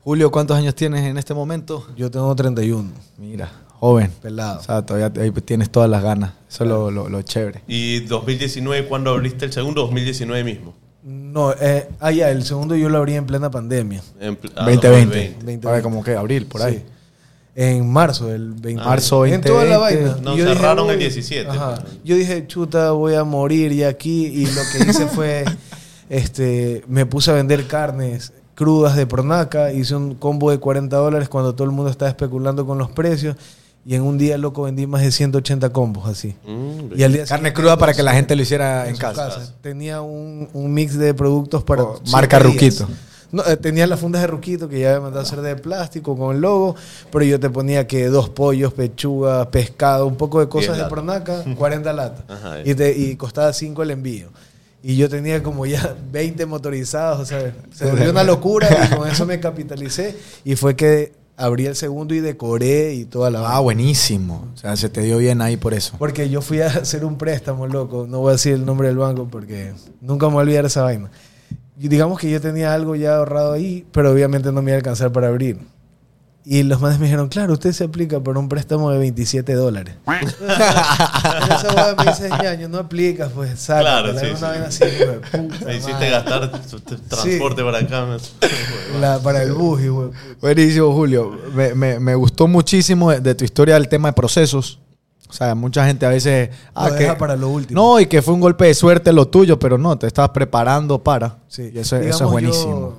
Speaker 2: Julio, ¿cuántos años tienes en este momento?
Speaker 3: Yo tengo 31,
Speaker 2: Mira, joven.
Speaker 3: pelado.
Speaker 2: O sea, todavía te- ahí pues, tienes todas las ganas. Eso es lo, lo- lo chévere.
Speaker 1: ¿Y 2019 cuándo abriste el segundo? 2019 mismo.
Speaker 3: No, eh, ah, ya, el segundo yo lo abrí en plena pandemia.
Speaker 1: En pl- ah,
Speaker 2: 2020.
Speaker 1: 2020.
Speaker 3: 2020.
Speaker 2: A ver, como que abril, por ahí.
Speaker 3: Sí. En marzo del 20.
Speaker 2: Ah, Marzo
Speaker 3: En toda la
Speaker 2: 2020.
Speaker 3: vaina.
Speaker 1: No,
Speaker 3: Y yo dije,
Speaker 1: cerraron el
Speaker 3: "Uy".
Speaker 1: 17,
Speaker 3: Ajá.
Speaker 1: pero-
Speaker 3: Yo dije, chuta, voy a morir ya aquí. Y lo que
Speaker 2: (laughs)
Speaker 3: hice fue, este, me puse a vender carnes crudas de Pronaca. Hice un combo de 40 dólares cuando todo el mundo estaba especulando con los precios. Y en un día, loco, vendí más de 180 combos así.
Speaker 1: Mm,
Speaker 3: Y al día
Speaker 2: Carne
Speaker 3: siguiente,
Speaker 2: cruda para que la gente lo hiciera en
Speaker 3: su
Speaker 2: casa.
Speaker 3: Tenía un, un mix de productos para.
Speaker 2: Oh, marca
Speaker 3: siete días.
Speaker 2: Ruquito.
Speaker 3: No, eh, tenía las fundas de Ruquito que ya me mandado a hacer de plástico con el logo, pero yo te ponía que dos pollos, pechuga, pescado, un poco de cosas
Speaker 1: Diez
Speaker 3: de
Speaker 1: latas. (laughs)
Speaker 3: pronaca, 40 latas.
Speaker 1: Ajá,
Speaker 3: y, te- y costaba 5 el envío. Y yo tenía como ya (laughs) 20 motorizados, o sea, se volvió una locura y con eso me capitalicé y fue que abrí el segundo y decoré y toda la vaina.
Speaker 2: Ah, buenísimo. O sea, se te dio bien ahí por eso.
Speaker 3: Porque yo fui a hacer un préstamo, loco. No voy a decir el nombre del banco porque nunca me voy a olvidar esa vaina. Y digamos que yo tenía algo ya ahorrado ahí, pero obviamente no me iba a alcanzar para abrir. Y los manes me dijeron, claro, usted se aplica por un préstamo de
Speaker 1: (laughs)
Speaker 3: 27 dólares. Pero esa hueá me dice, ñaño, no aplicas, pues, saca.
Speaker 1: Claro, sí,
Speaker 3: una
Speaker 1: sí.
Speaker 3: vaina así, hijo de puta
Speaker 1: Me hiciste
Speaker 3: madre.
Speaker 1: gastar tu- tu transporte para acá.
Speaker 3: La- para el bus, hijo de puta.
Speaker 2: (laughs) Buenísimo, Julio. Me, me- me gustó muchísimo de, de tu historia del tema de procesos. O sea, mucha gente a veces... ah,
Speaker 3: Lo deja para lo último.
Speaker 2: No, y que fue un golpe de suerte lo tuyo, pero no, te estabas preparando para.
Speaker 3: Sí.
Speaker 2: Y eso, eso es
Speaker 3: Digamos,
Speaker 2: buenísimo.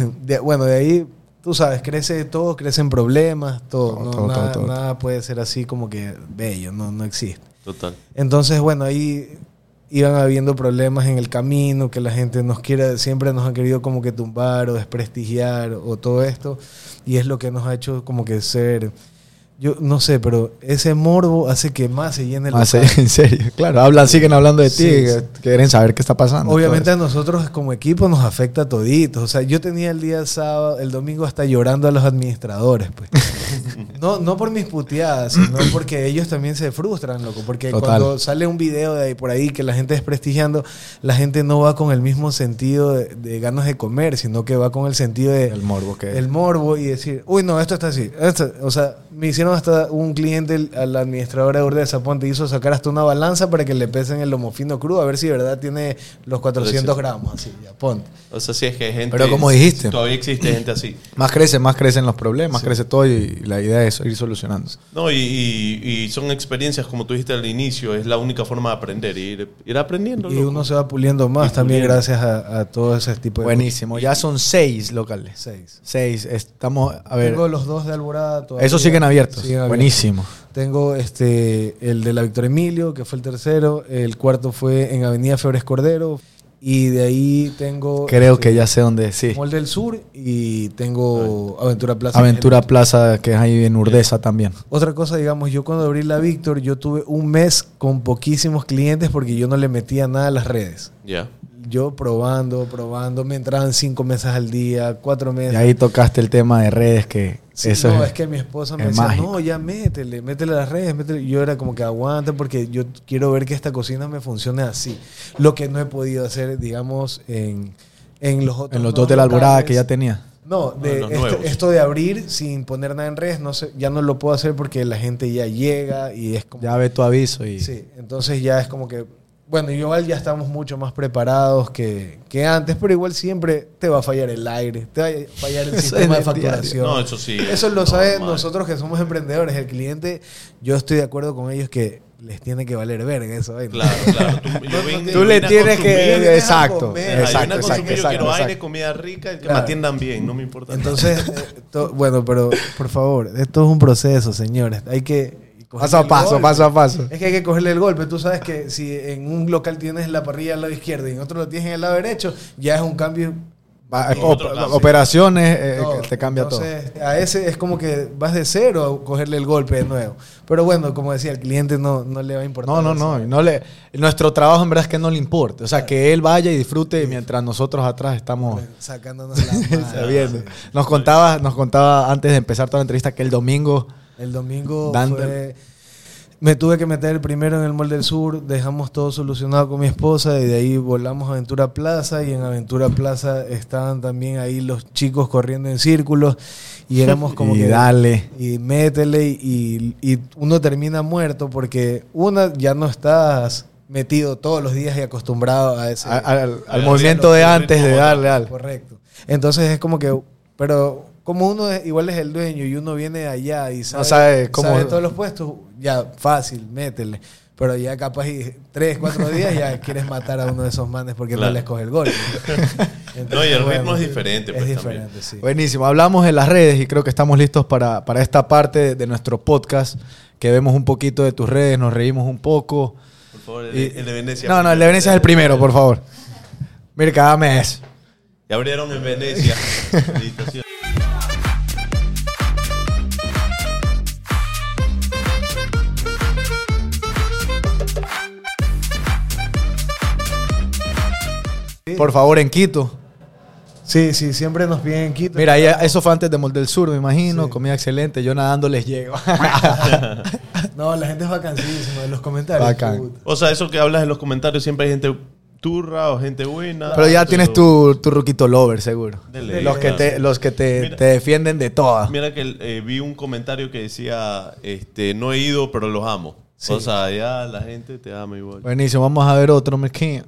Speaker 3: yo- (laughs) de- bueno, de ahí, tú sabes, crece todo, crecen problemas, todo.
Speaker 2: Todo,
Speaker 3: no,
Speaker 2: todo,
Speaker 3: nada,
Speaker 2: todo, todo.
Speaker 3: nada puede ser así como que bello, no, no existe.
Speaker 1: (laughs) Total.
Speaker 3: Entonces, bueno, ahí iban habiendo problemas en el camino, que la gente nos quiera, siempre nos han querido como que tumbar o desprestigiar o todo esto, y es lo que nos ha hecho como que ser, yo no sé, pero ese morbo hace que más se llene el
Speaker 2: Ah, sí,
Speaker 3: local.
Speaker 2: (laughs) en serio, claro, hablan, siguen hablando de ti,
Speaker 3: Sí,
Speaker 2: que- quieren saber qué está pasando.
Speaker 3: Obviamente
Speaker 2: todo
Speaker 3: a nosotros como equipo nos afecta a toditos. O sea, yo tenía el día sábado, el domingo hasta llorando a los administradores, pues.
Speaker 2: (laughs)
Speaker 3: No, no por mis puteadas,
Speaker 2: (clears throat)
Speaker 3: sino porque ellos también se frustran, loco. Porque
Speaker 2: Total.
Speaker 3: cuando sale un video de ahí por ahí que la gente desprestigiando, la gente no va con el mismo sentido de, de ganas de comer, sino que va con el sentido de
Speaker 2: eso. el morbo que
Speaker 3: el morbo y decir, uy, no, esto está así. esto". O sea, me hicieron hasta un cliente, a la administradora de Urdes Zaponte, hizo sacar hasta una balanza para que le pesen el lomo fino crudo, a ver si de verdad tiene los 400 gramos, así, ya, ponte.
Speaker 1: O sea, sí es que hay gente.
Speaker 2: Pero como dijiste.
Speaker 1: Todavía existe gente así.
Speaker 2: más crece, más crecen los problemas, crece todo y la idea es ir solucionando.
Speaker 1: No, y, y- y son experiencias, como tú dijiste al inicio, es la única forma de aprender, ir, ir aprendiendo.
Speaker 3: Y
Speaker 1: loco.
Speaker 3: uno se va puliendo más
Speaker 1: Y
Speaker 3: también
Speaker 1: puliendo.
Speaker 3: gracias a, a todo ese tipo de...
Speaker 2: Buenísimo, ya son seis locales.
Speaker 3: Seis.
Speaker 2: Seis, estamos, a ver,
Speaker 3: Tengo los dos de Alborada todavía.
Speaker 2: esos siguen abiertos. abiertos.
Speaker 3: siguen abiertos.
Speaker 2: Buenísimo.
Speaker 3: Tengo este, el de la Victoria Emilio, que fue el tercero. El cuarto fue en Avenida Febres Cordero. Y de ahí tengo.
Speaker 2: Creo
Speaker 3: este,
Speaker 2: que ya sé dónde, sí.
Speaker 3: Molde del Sur y tengo Aventura Plaza.
Speaker 2: Aventura Plaza, que es ahí en Urdesa también.
Speaker 3: Otra cosa, digamos, yo cuando abrí la Víctor, yo tuve un mes con poquísimos clientes porque yo no le metía nada a las redes.
Speaker 1: Ya.
Speaker 3: Yo probando, probando, me entraban cinco mesas al día, cuatro
Speaker 2: Y
Speaker 3: mesas.
Speaker 2: ahí tocaste el tema de redes, que
Speaker 3: Sí,
Speaker 2: eso
Speaker 3: no,
Speaker 2: es,
Speaker 3: es, que mi esposa me
Speaker 2: es
Speaker 3: decía,
Speaker 2: mágico.
Speaker 3: no, ya métele, métele a las redes, métele. Yo era como que aguanta porque yo quiero ver que esta cocina me funcione así. Lo que no he podido hacer, digamos, en, en los otros.
Speaker 2: en los
Speaker 3: dos
Speaker 2: dos de la alborada que ya tenía.
Speaker 3: No,
Speaker 1: No,
Speaker 3: de
Speaker 1: los
Speaker 3: esto,
Speaker 1: nuevos.
Speaker 3: esto de abrir sin poner nada en redes, no sé, ya no lo puedo hacer porque la gente ya llega y es como.
Speaker 2: Ya ve tu aviso y...
Speaker 3: Sí, entonces ya es como que. Bueno, igual ya estamos mucho más preparados que, que antes, pero igual siempre te va a fallar el aire, te va a fallar el
Speaker 2: (laughs) Eso
Speaker 3: sistema de
Speaker 2: es diario.
Speaker 3: facturación.
Speaker 1: No, eso sí.
Speaker 3: Eso lo
Speaker 1: normal.
Speaker 3: saben nosotros que somos emprendedores. El cliente, yo estoy de acuerdo con ellos que les tiene que valer verga eso. vaina.
Speaker 1: Claro, claro. Tú, yo vengo-
Speaker 2: Tú le
Speaker 1: vine a
Speaker 2: tienes que-
Speaker 1: consumir, eh,
Speaker 3: Vienes a
Speaker 2: exacto,
Speaker 3: comer.
Speaker 1: Ajá, yo vine
Speaker 2: exacto,
Speaker 1: a
Speaker 2: exacto,
Speaker 1: consumir, yo quiero
Speaker 2: exacto.
Speaker 1: aire, comida rica, y que
Speaker 3: Claro.
Speaker 1: me atiendan bien, no me importa. nada.
Speaker 3: Entonces, eh, to- bueno, pero por favor, esto es un proceso, señores. Hay que.
Speaker 2: Paso a
Speaker 3: cogerle el
Speaker 2: paso,
Speaker 3: golpe.
Speaker 2: paso a paso.
Speaker 3: Es que hay que cogerle el golpe. Tú sabes que si en un local tienes la parrilla al lado izquierdo y en otro lo tienes en el lado derecho, ya es un cambio.
Speaker 2: Va-
Speaker 1: Otro
Speaker 2: op-
Speaker 1: plan, sí.
Speaker 2: operaciones, eh,
Speaker 3: No,
Speaker 2: que te cambia
Speaker 3: entonces, A ese es como que vas de cero a cogerle el golpe de nuevo. Pero bueno, como decía, al cliente no, no le va a importar.
Speaker 2: todo. No, no,
Speaker 3: eso.
Speaker 2: no. y no le, nuestro trabajo en verdad es que no le importa. O sea, que él vaya y disfrute mientras nosotros atrás estamos... (laughs)
Speaker 3: Sacándonos la madre.
Speaker 2: sabiendo. Nos contaba, nos contaba antes de empezar toda la entrevista que el domingo
Speaker 3: El domingo
Speaker 2: Dando-
Speaker 3: fue- me tuve que meter primero en el Mall del Sur, dejamos todo solucionado con mi esposa y de ahí volamos a Aventura Plaza y en Aventura Plaza estaban también ahí los chicos corriendo en círculos
Speaker 2: (laughs)
Speaker 3: y éramos como
Speaker 2: y
Speaker 3: que
Speaker 2: dale.
Speaker 3: y métele y, y uno termina muerto porque una ya no estás metido todos los días y acostumbrado a ese
Speaker 2: a- a- al, al
Speaker 1: Sí,
Speaker 2: movimiento
Speaker 1: sí,
Speaker 2: de
Speaker 1: sí,
Speaker 2: antes de
Speaker 1: sí,
Speaker 2: darle al.
Speaker 3: Correcto. Entonces es como que, pero como uno es- igual es el dueño y uno viene de allá y sabe,
Speaker 2: sabe cómo-
Speaker 3: sabe todos los puestos, ya fácil, métele. Pero ya capaz y tres, cuatro días ya quieres matar a uno de esos manes porque
Speaker 1: Claro.
Speaker 3: no les coge
Speaker 1: (laughs)
Speaker 3: el gol.
Speaker 1: No, y el ritmo es diferente, pues,
Speaker 3: es
Speaker 1: también.
Speaker 3: diferente, sí.
Speaker 2: Buenísimo. Hablamos en las redes y creo que estamos listos para, para esta parte de nuestro podcast. Que vemos un poquito de tus redes, nos reímos un poco.
Speaker 1: Por favor, el,
Speaker 2: Y-
Speaker 1: el de Venecia.
Speaker 2: No, no, el de Venecia es el primero, por favor. Mira, cada mes.
Speaker 1: Ya abrieron en
Speaker 2: (laughs)
Speaker 1: Venecia. Felicitaciones.
Speaker 2: Por favor, en Quito.
Speaker 3: sí, sí, siempre nos piden Quito.
Speaker 2: Mira, ahí- eso fue antes de Mol del Sur, me imagino. Comida excelente. Yo nadando les
Speaker 1: (laughs)
Speaker 2: llego.
Speaker 3: No, la gente es vacancísima en los comentarios.
Speaker 2: Bacán.
Speaker 3: puta.
Speaker 1: O sea, eso que hablas en los comentarios, siempre hay gente turra o gente buena.
Speaker 2: (laughs) Pero ya tienes tu, tu ruquito lover, seguro.
Speaker 1: Dele.
Speaker 2: los que te, los que te,
Speaker 1: Mira.
Speaker 2: te defienden de todas.
Speaker 1: (laughs) Mira que eh, vi un comentario que decía, este, no he ido, pero los amo. O sea, ya la gente te ama igual.
Speaker 2: Buenísimo, vamos a ver otro, Merkin.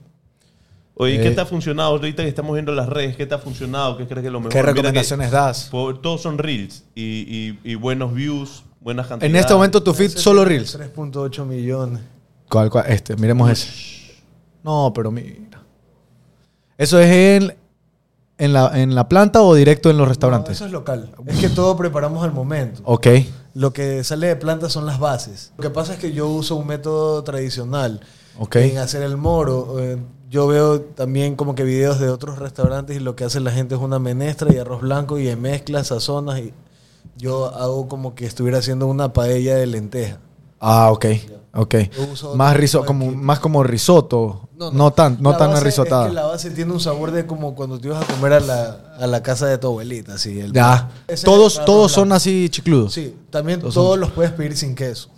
Speaker 1: Oye,
Speaker 2: Eh.
Speaker 1: ¿qué te ha funcionado ahorita que estamos viendo las redes? ¿Qué te ha funcionado? ¿Qué crees que es lo mejor?
Speaker 2: ¿Qué
Speaker 1: Mira que
Speaker 2: recomendaciones das?
Speaker 1: por- todos son reels y, y- y buenos views, buenas cantidades.
Speaker 2: En este momento tu feed solo reels.
Speaker 3: 3.8 millones.
Speaker 2: ¿Cuál, cuál? Este, miremos ese. No, pero mira. ¿Eso es en, en, la, en la planta o directo en los
Speaker 3: No,
Speaker 2: restaurantes?
Speaker 3: eso es local. Es que todo preparamos al momento.
Speaker 2: Ok.
Speaker 3: Lo que sale de planta son las bases. Lo que pasa es que yo uso un método tradicional
Speaker 2: Ok.
Speaker 3: en hacer el moro. Eh, Yo veo también como que videos de otros restaurantes y lo que hace la gente es una menestra y arroz blanco y de mezclas, sazonas y yo hago como que estuviera haciendo una paella de lenteja.
Speaker 2: Ah, ok. Ok.
Speaker 3: Yo uso
Speaker 2: Más,
Speaker 3: otro
Speaker 2: riso,
Speaker 3: tipo de
Speaker 2: como,
Speaker 3: kit.
Speaker 2: más como risotto. No, tan, no
Speaker 3: La
Speaker 2: tan
Speaker 3: base es
Speaker 2: risotada.
Speaker 3: que la base tiene un sabor de como cuando te ibas a comer a la, a la casa de tu abuelita. Así, el-
Speaker 2: Ya.
Speaker 3: Ese es el
Speaker 2: Todos,
Speaker 3: arroz
Speaker 2: todos son
Speaker 3: blanco.
Speaker 2: así chicludos.
Speaker 3: Sí, también
Speaker 2: Todos
Speaker 3: todos,
Speaker 2: son-
Speaker 3: los puedes pedir sin queso.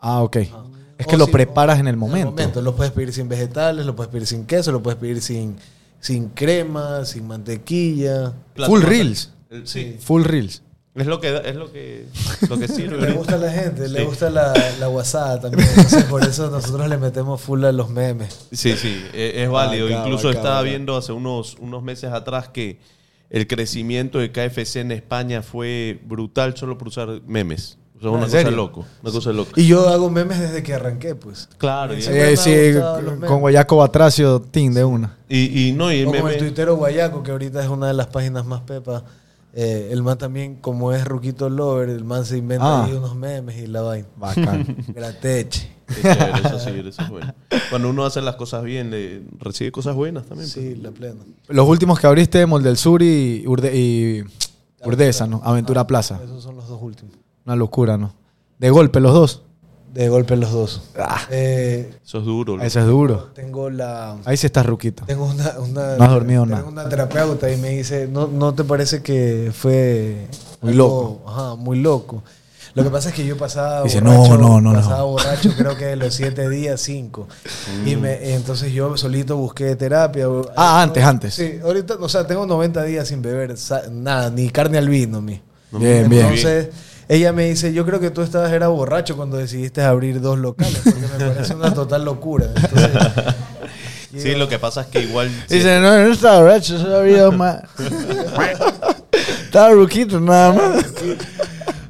Speaker 2: Ah, ok. Es
Speaker 3: O
Speaker 2: que lo
Speaker 3: si-
Speaker 2: preparas en el
Speaker 3: Oh, En el
Speaker 2: momento.
Speaker 3: momento, Lo puedes pedir sin vegetales, lo puedes pedir sin queso, lo puedes pedir sin, sin crema, sin mantequilla.
Speaker 2: Full reels.
Speaker 1: El- Sí.
Speaker 2: Full reels.
Speaker 1: Es lo que, da- es lo que, lo
Speaker 2: (laughs)
Speaker 1: que sirve.
Speaker 3: Le
Speaker 1: ahorita.
Speaker 3: gusta a la gente, le
Speaker 1: Sí.
Speaker 3: gusta la, la (laughs) guasada también. Entonces, por eso nosotros le metemos full a los memes.
Speaker 1: Sí, sí, e- es, válido.
Speaker 2: Bacán,
Speaker 1: Incluso
Speaker 2: bacán,
Speaker 1: estaba
Speaker 2: bacán.
Speaker 1: viendo hace unos, unos meses atrás que el crecimiento de KFC en España fue brutal solo por usar memes. O sea, una cosa
Speaker 2: serio?
Speaker 1: loco, una cosa loca.
Speaker 3: Ah, Y yo hago memes desde que arranqué, pues.
Speaker 1: claro, y,
Speaker 3: Siempre me
Speaker 2: Eh,
Speaker 3: ha
Speaker 2: sí,
Speaker 3: gustado los memes.
Speaker 2: con Guayaco Batracio, Team de una.
Speaker 1: y- y no, y el
Speaker 3: O como
Speaker 1: meme-
Speaker 3: el tuitero Guayaco, que ahorita es una de las páginas más pepas. Eh, el man también, como es Ruquito Lover, el man se inventa
Speaker 2: Ah.
Speaker 3: ahí unos memes y la vaina. (laughs)
Speaker 2: Bacán.
Speaker 3: Grateche.
Speaker 1: Qué chévere, eso sí, eso es bueno. Cuando uno hace las cosas bien, le- recibe cosas buenas también.
Speaker 3: Sí,
Speaker 1: pues.
Speaker 3: la plena.
Speaker 2: Los últimos que abriste, Mol del Sur y, Urde- y Urdesa, ¿no? Aventura
Speaker 3: Ah.
Speaker 2: Plaza.
Speaker 3: Esos son los dos últimos.
Speaker 2: Una locura, ¿no? De golpe los dos.
Speaker 3: De golpe los dos.
Speaker 2: Ah.
Speaker 3: Eh,
Speaker 1: Eso es duro. loco.
Speaker 2: Eso es duro.
Speaker 3: tengo la...
Speaker 2: Ahí sí estás ruquito.
Speaker 3: Tengo una, una-
Speaker 2: No has dormido
Speaker 3: tengo
Speaker 2: nada.
Speaker 3: una terapeuta y me dice, ¿no, no te parece que fue
Speaker 2: Muy
Speaker 3: loco? Ajá, muy loco. Lo que pasa es que yo pasaba
Speaker 2: Dice,
Speaker 3: borracho,
Speaker 2: "No, no, no,
Speaker 3: pasaba
Speaker 2: no".
Speaker 3: borracho creo que los siete días, cinco. Y me, entonces yo solito busqué terapia.
Speaker 2: Mm. Ah, antes, antes.
Speaker 3: Sí, ahorita, o sea, tengo 90 días sin beber sa- nada, ni carne al vino, mi.
Speaker 1: No,
Speaker 2: Bien, bien.
Speaker 3: Entonces, ella me dice, yo creo que tú estabas era borracho cuando decidiste abrir dos locales, porque me parece una total locura. Entonces,
Speaker 1: Sí, lo que pasa es que
Speaker 3: (laughs)
Speaker 1: igual.
Speaker 2: Dice, no, no estaba borracho, solo había (laughs) más. estaba ruquito nada más.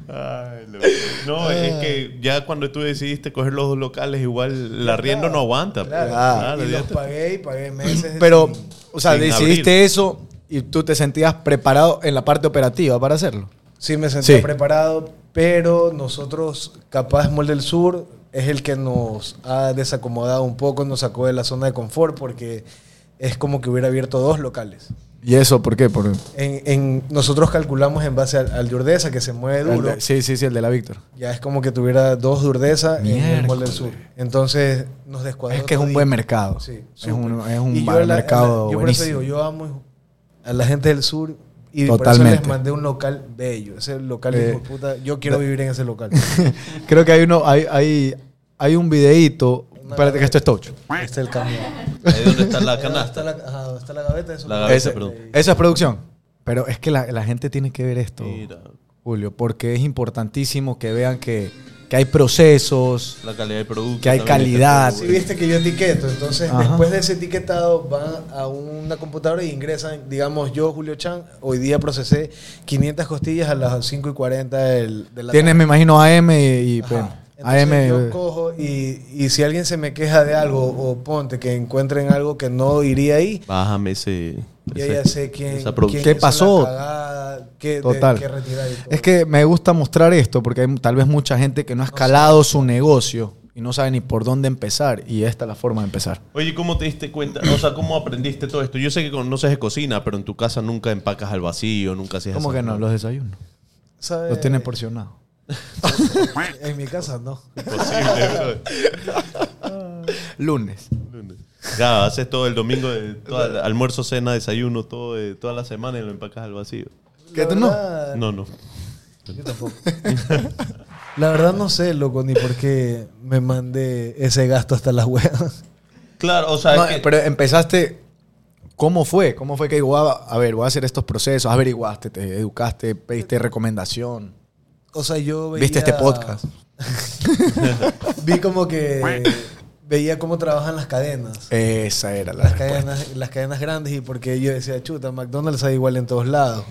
Speaker 1: Ay, loco. No, es
Speaker 3: Ah.
Speaker 1: que ya cuando tú decidiste coger los dos locales, igual la rienda no aguanta. pues.
Speaker 3: Claro,
Speaker 1: Claro,
Speaker 3: Ah, y
Speaker 1: ya
Speaker 3: los
Speaker 1: te-
Speaker 3: pagué y pagué meses.
Speaker 2: Pero, o sea,
Speaker 1: Sin
Speaker 2: decidiste
Speaker 1: abrir.
Speaker 2: eso y tú te sentías preparado en la parte operativa para hacerlo.
Speaker 3: sí me sentía
Speaker 2: Sí.
Speaker 3: preparado, pero nosotros, capaz Mol del Sur es el que nos ha desacomodado un poco, nos sacó de la zona de confort porque es como que hubiera abierto dos locales.
Speaker 2: ¿Y eso por qué? Por,
Speaker 3: En, en- nosotros calculamos en base al, al de Urdesa, que se mueve
Speaker 2: el
Speaker 3: duro.
Speaker 2: de- sí, sí, sí, el de la Víctor.
Speaker 3: Ya es como que tuviera dos de Urdesa en el Mol
Speaker 2: Miércoles.
Speaker 3: del Sur. Entonces nos descuadró.
Speaker 2: Es que es un
Speaker 3: todito.
Speaker 2: buen mercado.
Speaker 3: Sí,
Speaker 2: es un,
Speaker 3: súper.
Speaker 2: es un
Speaker 3: Y yo
Speaker 2: bar-
Speaker 3: a la- a la-
Speaker 2: mercado
Speaker 3: Yo por eso
Speaker 2: buenísimo.
Speaker 3: digo, yo amo a la gente del sur y por eso
Speaker 2: Totalmente.
Speaker 3: les mandé un local bello. Ese local,
Speaker 2: Eh,
Speaker 3: hijo de puta, yo quiero vivir en ese
Speaker 2: (laughs)
Speaker 3: local.
Speaker 2: Creo que hay uno, hay, hay, hay un videíto.
Speaker 3: Una
Speaker 2: Espérate que
Speaker 3: gaveta.
Speaker 2: esto es touch.
Speaker 3: Este es el camión. Ah,
Speaker 1: Ahí donde (laughs) está la
Speaker 3: Está
Speaker 1: canasta.
Speaker 3: la, ajá, donde está la gaveta. eso-
Speaker 1: La gaveta,
Speaker 2: Ese-
Speaker 1: perdón.
Speaker 2: Esa es producción. Pero es que la, la gente tiene que ver esto,
Speaker 1: Mira,
Speaker 2: Julio, porque es importantísimo que vean que, que hay procesos.
Speaker 1: la calidad del producto.
Speaker 2: Que hay
Speaker 1: también está
Speaker 2: calidad.
Speaker 1: todo
Speaker 3: Sí,
Speaker 1: bueno.
Speaker 3: viste que yo etiqueto. Entonces,
Speaker 2: Pues. Ajá.
Speaker 3: después de ese etiquetado, van a una computadora y ingresan, digamos, yo, Julio Chan, hoy día procesé 500 costillas a las 5 y 40 del, de la
Speaker 2: Tienes, me imagino, AM y, y,
Speaker 3: Ajá.
Speaker 2: pues, AM.
Speaker 3: Entonces, yo cojo y, y si alguien se me queja de algo o ponte que encuentren algo que no iría ahí,
Speaker 1: Bájame ese.
Speaker 3: yo
Speaker 1: ese-
Speaker 3: ya sé quién,
Speaker 1: esa
Speaker 3: quién
Speaker 1: producción.
Speaker 2: ¿Qué
Speaker 3: hizo la
Speaker 2: pasó?
Speaker 3: cagada, qué, de-
Speaker 2: Total.
Speaker 3: qué retirar y todo.
Speaker 2: Es que me gusta mostrar esto porque hay tal vez mucha gente que no ha escalado su negocio y no sabe ni por dónde empezar. Y esta es la forma de empezar.
Speaker 1: Oye, ¿cómo te diste cuenta? O sea, ¿cómo aprendiste todo esto? Yo sé que conoces de cocina, pero en tu casa nunca empacas al vacío, nunca hacías
Speaker 2: ¿Cómo
Speaker 1: esas
Speaker 2: que no?
Speaker 1: cosas.
Speaker 2: Los desayunos.
Speaker 1: Eh.
Speaker 3: ¿Sabe?
Speaker 2: Los tienen porcionados.
Speaker 3: En mi casa no.
Speaker 1: Imposible,
Speaker 2: Lunes.
Speaker 1: bro. Ya, haces todo el domingo, de, toda la- almuerzo, cena, desayuno, todo de, toda la semana y lo empacas al vacío.
Speaker 2: ¿Qué
Speaker 3: La
Speaker 2: tú no?
Speaker 3: verdad,
Speaker 1: No, no.
Speaker 3: Yo tampoco. La verdad no sé, loco, ni por qué me mandé ese gasto hasta las huevas.
Speaker 1: Claro, o sea,
Speaker 2: No,
Speaker 1: es que-
Speaker 2: Pero empezaste. ¿Cómo fue? ¿Cómo fue que digo, "Ah, a ver, voy a hacer estos procesos? Averiguaste, te educaste, pediste recomendación.
Speaker 3: O sea, yo veía...
Speaker 2: ¿Viste este podcast?
Speaker 3: Vi como que... Veía cómo trabajan las cadenas.
Speaker 2: Esa era la
Speaker 3: las
Speaker 2: Eh, respuesta.
Speaker 3: cadenas, las cadenas grandes y porque yo decía, chuta, McDonald's hay igual en todos lados.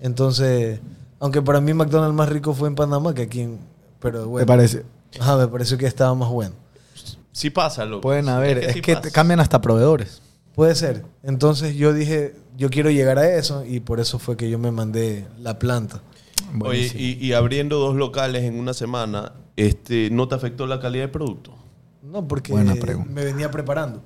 Speaker 3: Entonces, aunque para mí McDonald's más rico fue en Panamá que aquí en... Pero bueno.
Speaker 2: ¿Te parece?
Speaker 3: Ajá, me pareció que estaba más bueno.
Speaker 1: sí pasa, loco.
Speaker 2: Pueden
Speaker 1: Sí,
Speaker 2: haber.
Speaker 1: sí
Speaker 2: Es que
Speaker 1: pasa.
Speaker 2: te cambian hasta proveedores.
Speaker 3: Puede ser. Entonces yo dije, yo quiero llegar a eso y por eso fue que yo me mandé la planta.
Speaker 1: Oye,
Speaker 2: Buenísimo.
Speaker 1: y, y abriendo dos locales en una semana, este, ¿no te afectó la calidad del producto?
Speaker 3: No, porque
Speaker 2: Buena pregunta.
Speaker 3: me venía preparando.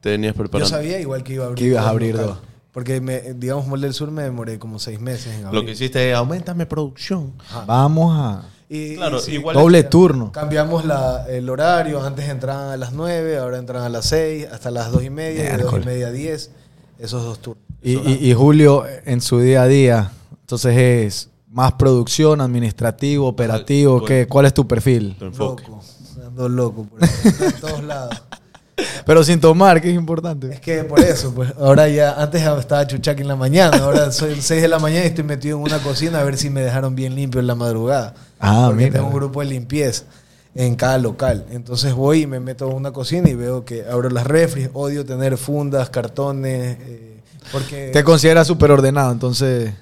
Speaker 1: Te venías preparando.
Speaker 3: Yo sabía igual que iba a abrir
Speaker 2: Que ibas a
Speaker 3: dos
Speaker 2: abrir
Speaker 3: locales.
Speaker 2: dos.
Speaker 3: Porque, me, digamos, Mall del Sur me demoré como seis meses en abrir.
Speaker 1: Lo que hiciste es, aumentame producción.
Speaker 2: Vamos a.
Speaker 3: Y-
Speaker 1: Claro,
Speaker 3: y sí,
Speaker 1: igual
Speaker 2: Doble turno.
Speaker 3: Cambiamos la- el horario, antes entraban a las 9, ahora entran a las 6, hasta las 2 y media, de 2 y
Speaker 2: Miércoles.
Speaker 3: media a 10, esos dos turnos.
Speaker 2: Y,
Speaker 3: Esos horarios.
Speaker 2: y- y Julio en su día a día, entonces es más producción, administrativo, operativo,
Speaker 1: Ajá,
Speaker 2: ¿qué?
Speaker 1: bueno.
Speaker 2: ¿cuál es tu perfil?
Speaker 1: Tu enfoque.
Speaker 3: loco, ando loco por, ahí, en todos lados.
Speaker 2: Pero sin tomar, que es
Speaker 3: Es
Speaker 2: importante.
Speaker 3: que por eso, pues ahora ya, antes estaba chuchaqui en la mañana, ahora soy 6 de la mañana y estoy metido en una cocina a ver si me dejaron bien limpio en la madrugada.
Speaker 2: Ah,
Speaker 3: porque
Speaker 2: mira.
Speaker 3: tengo un grupo de limpieza en cada local. Entonces voy y me meto a una cocina y veo que abro las refris, odio tener fundas, cartones, eh, porque
Speaker 2: Te consideras súper ordenado, entonces.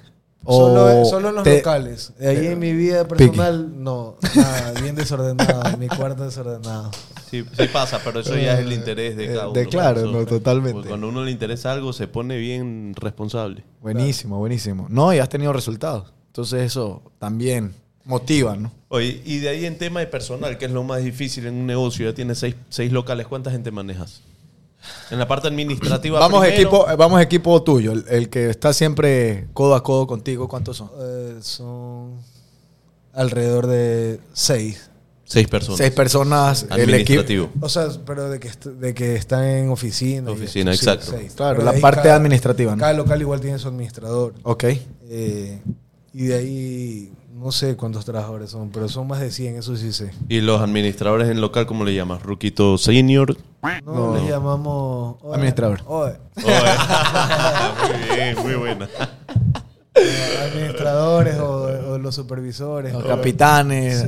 Speaker 3: solo,
Speaker 2: o
Speaker 3: solo en los
Speaker 2: te-
Speaker 3: locales. Ahí en mi vida
Speaker 2: Piqui.
Speaker 3: personal, no, nada, bien desordenado, mi cuarto desordenado.
Speaker 1: Sí, sí pasa, pero eso ya es el interés de cada uno.
Speaker 2: Eh, De claro,
Speaker 1: Eso-
Speaker 2: no, totalmente.
Speaker 1: porque Cuando a uno le interesa algo, se pone bien responsable.
Speaker 2: Buenísimo, buenísimo. No, y has tenido resultados. Entonces eso también motiva, ¿no?
Speaker 1: Oye, y de ahí en tema de personal, que es lo más difícil en un negocio, ya tienes seis, seis locales, ¿cuánta gente manejas? En la parte administrativa.
Speaker 2: Vamos
Speaker 1: primero,
Speaker 2: equipo, eh, vamos equipo tuyo, el, el que está siempre codo a codo contigo, ¿cuántos son?
Speaker 3: Eh, son alrededor de seis.
Speaker 1: Seis personas.
Speaker 2: Seis personas, el equipo.
Speaker 1: Administrativo.
Speaker 3: O sea, pero de que, est- de que están en oficina. y
Speaker 1: Oficina,
Speaker 3: esto, sí,
Speaker 1: exacto.
Speaker 3: seis.
Speaker 2: Claro,
Speaker 3: Pero
Speaker 2: la
Speaker 3: de ahí
Speaker 2: parte
Speaker 3: cada-
Speaker 2: administrativa, ¿no?
Speaker 3: Cada local igual tiene su administrador.
Speaker 2: Ok.
Speaker 3: Eh, y de ahí, no sé cuántos trabajadores son, pero son más de 100, eso sí sé.
Speaker 1: Y los administradores en local, ¿cómo le llamas? Ruquito Senior.
Speaker 3: No,
Speaker 2: No.
Speaker 3: les llamamos... oe,
Speaker 2: Administrador.
Speaker 3: oe.
Speaker 1: (laughs) muy bien, muy buena.
Speaker 3: administradores o, o los supervisores.
Speaker 2: Los
Speaker 3: o-
Speaker 2: capitanes.
Speaker 3: Sí.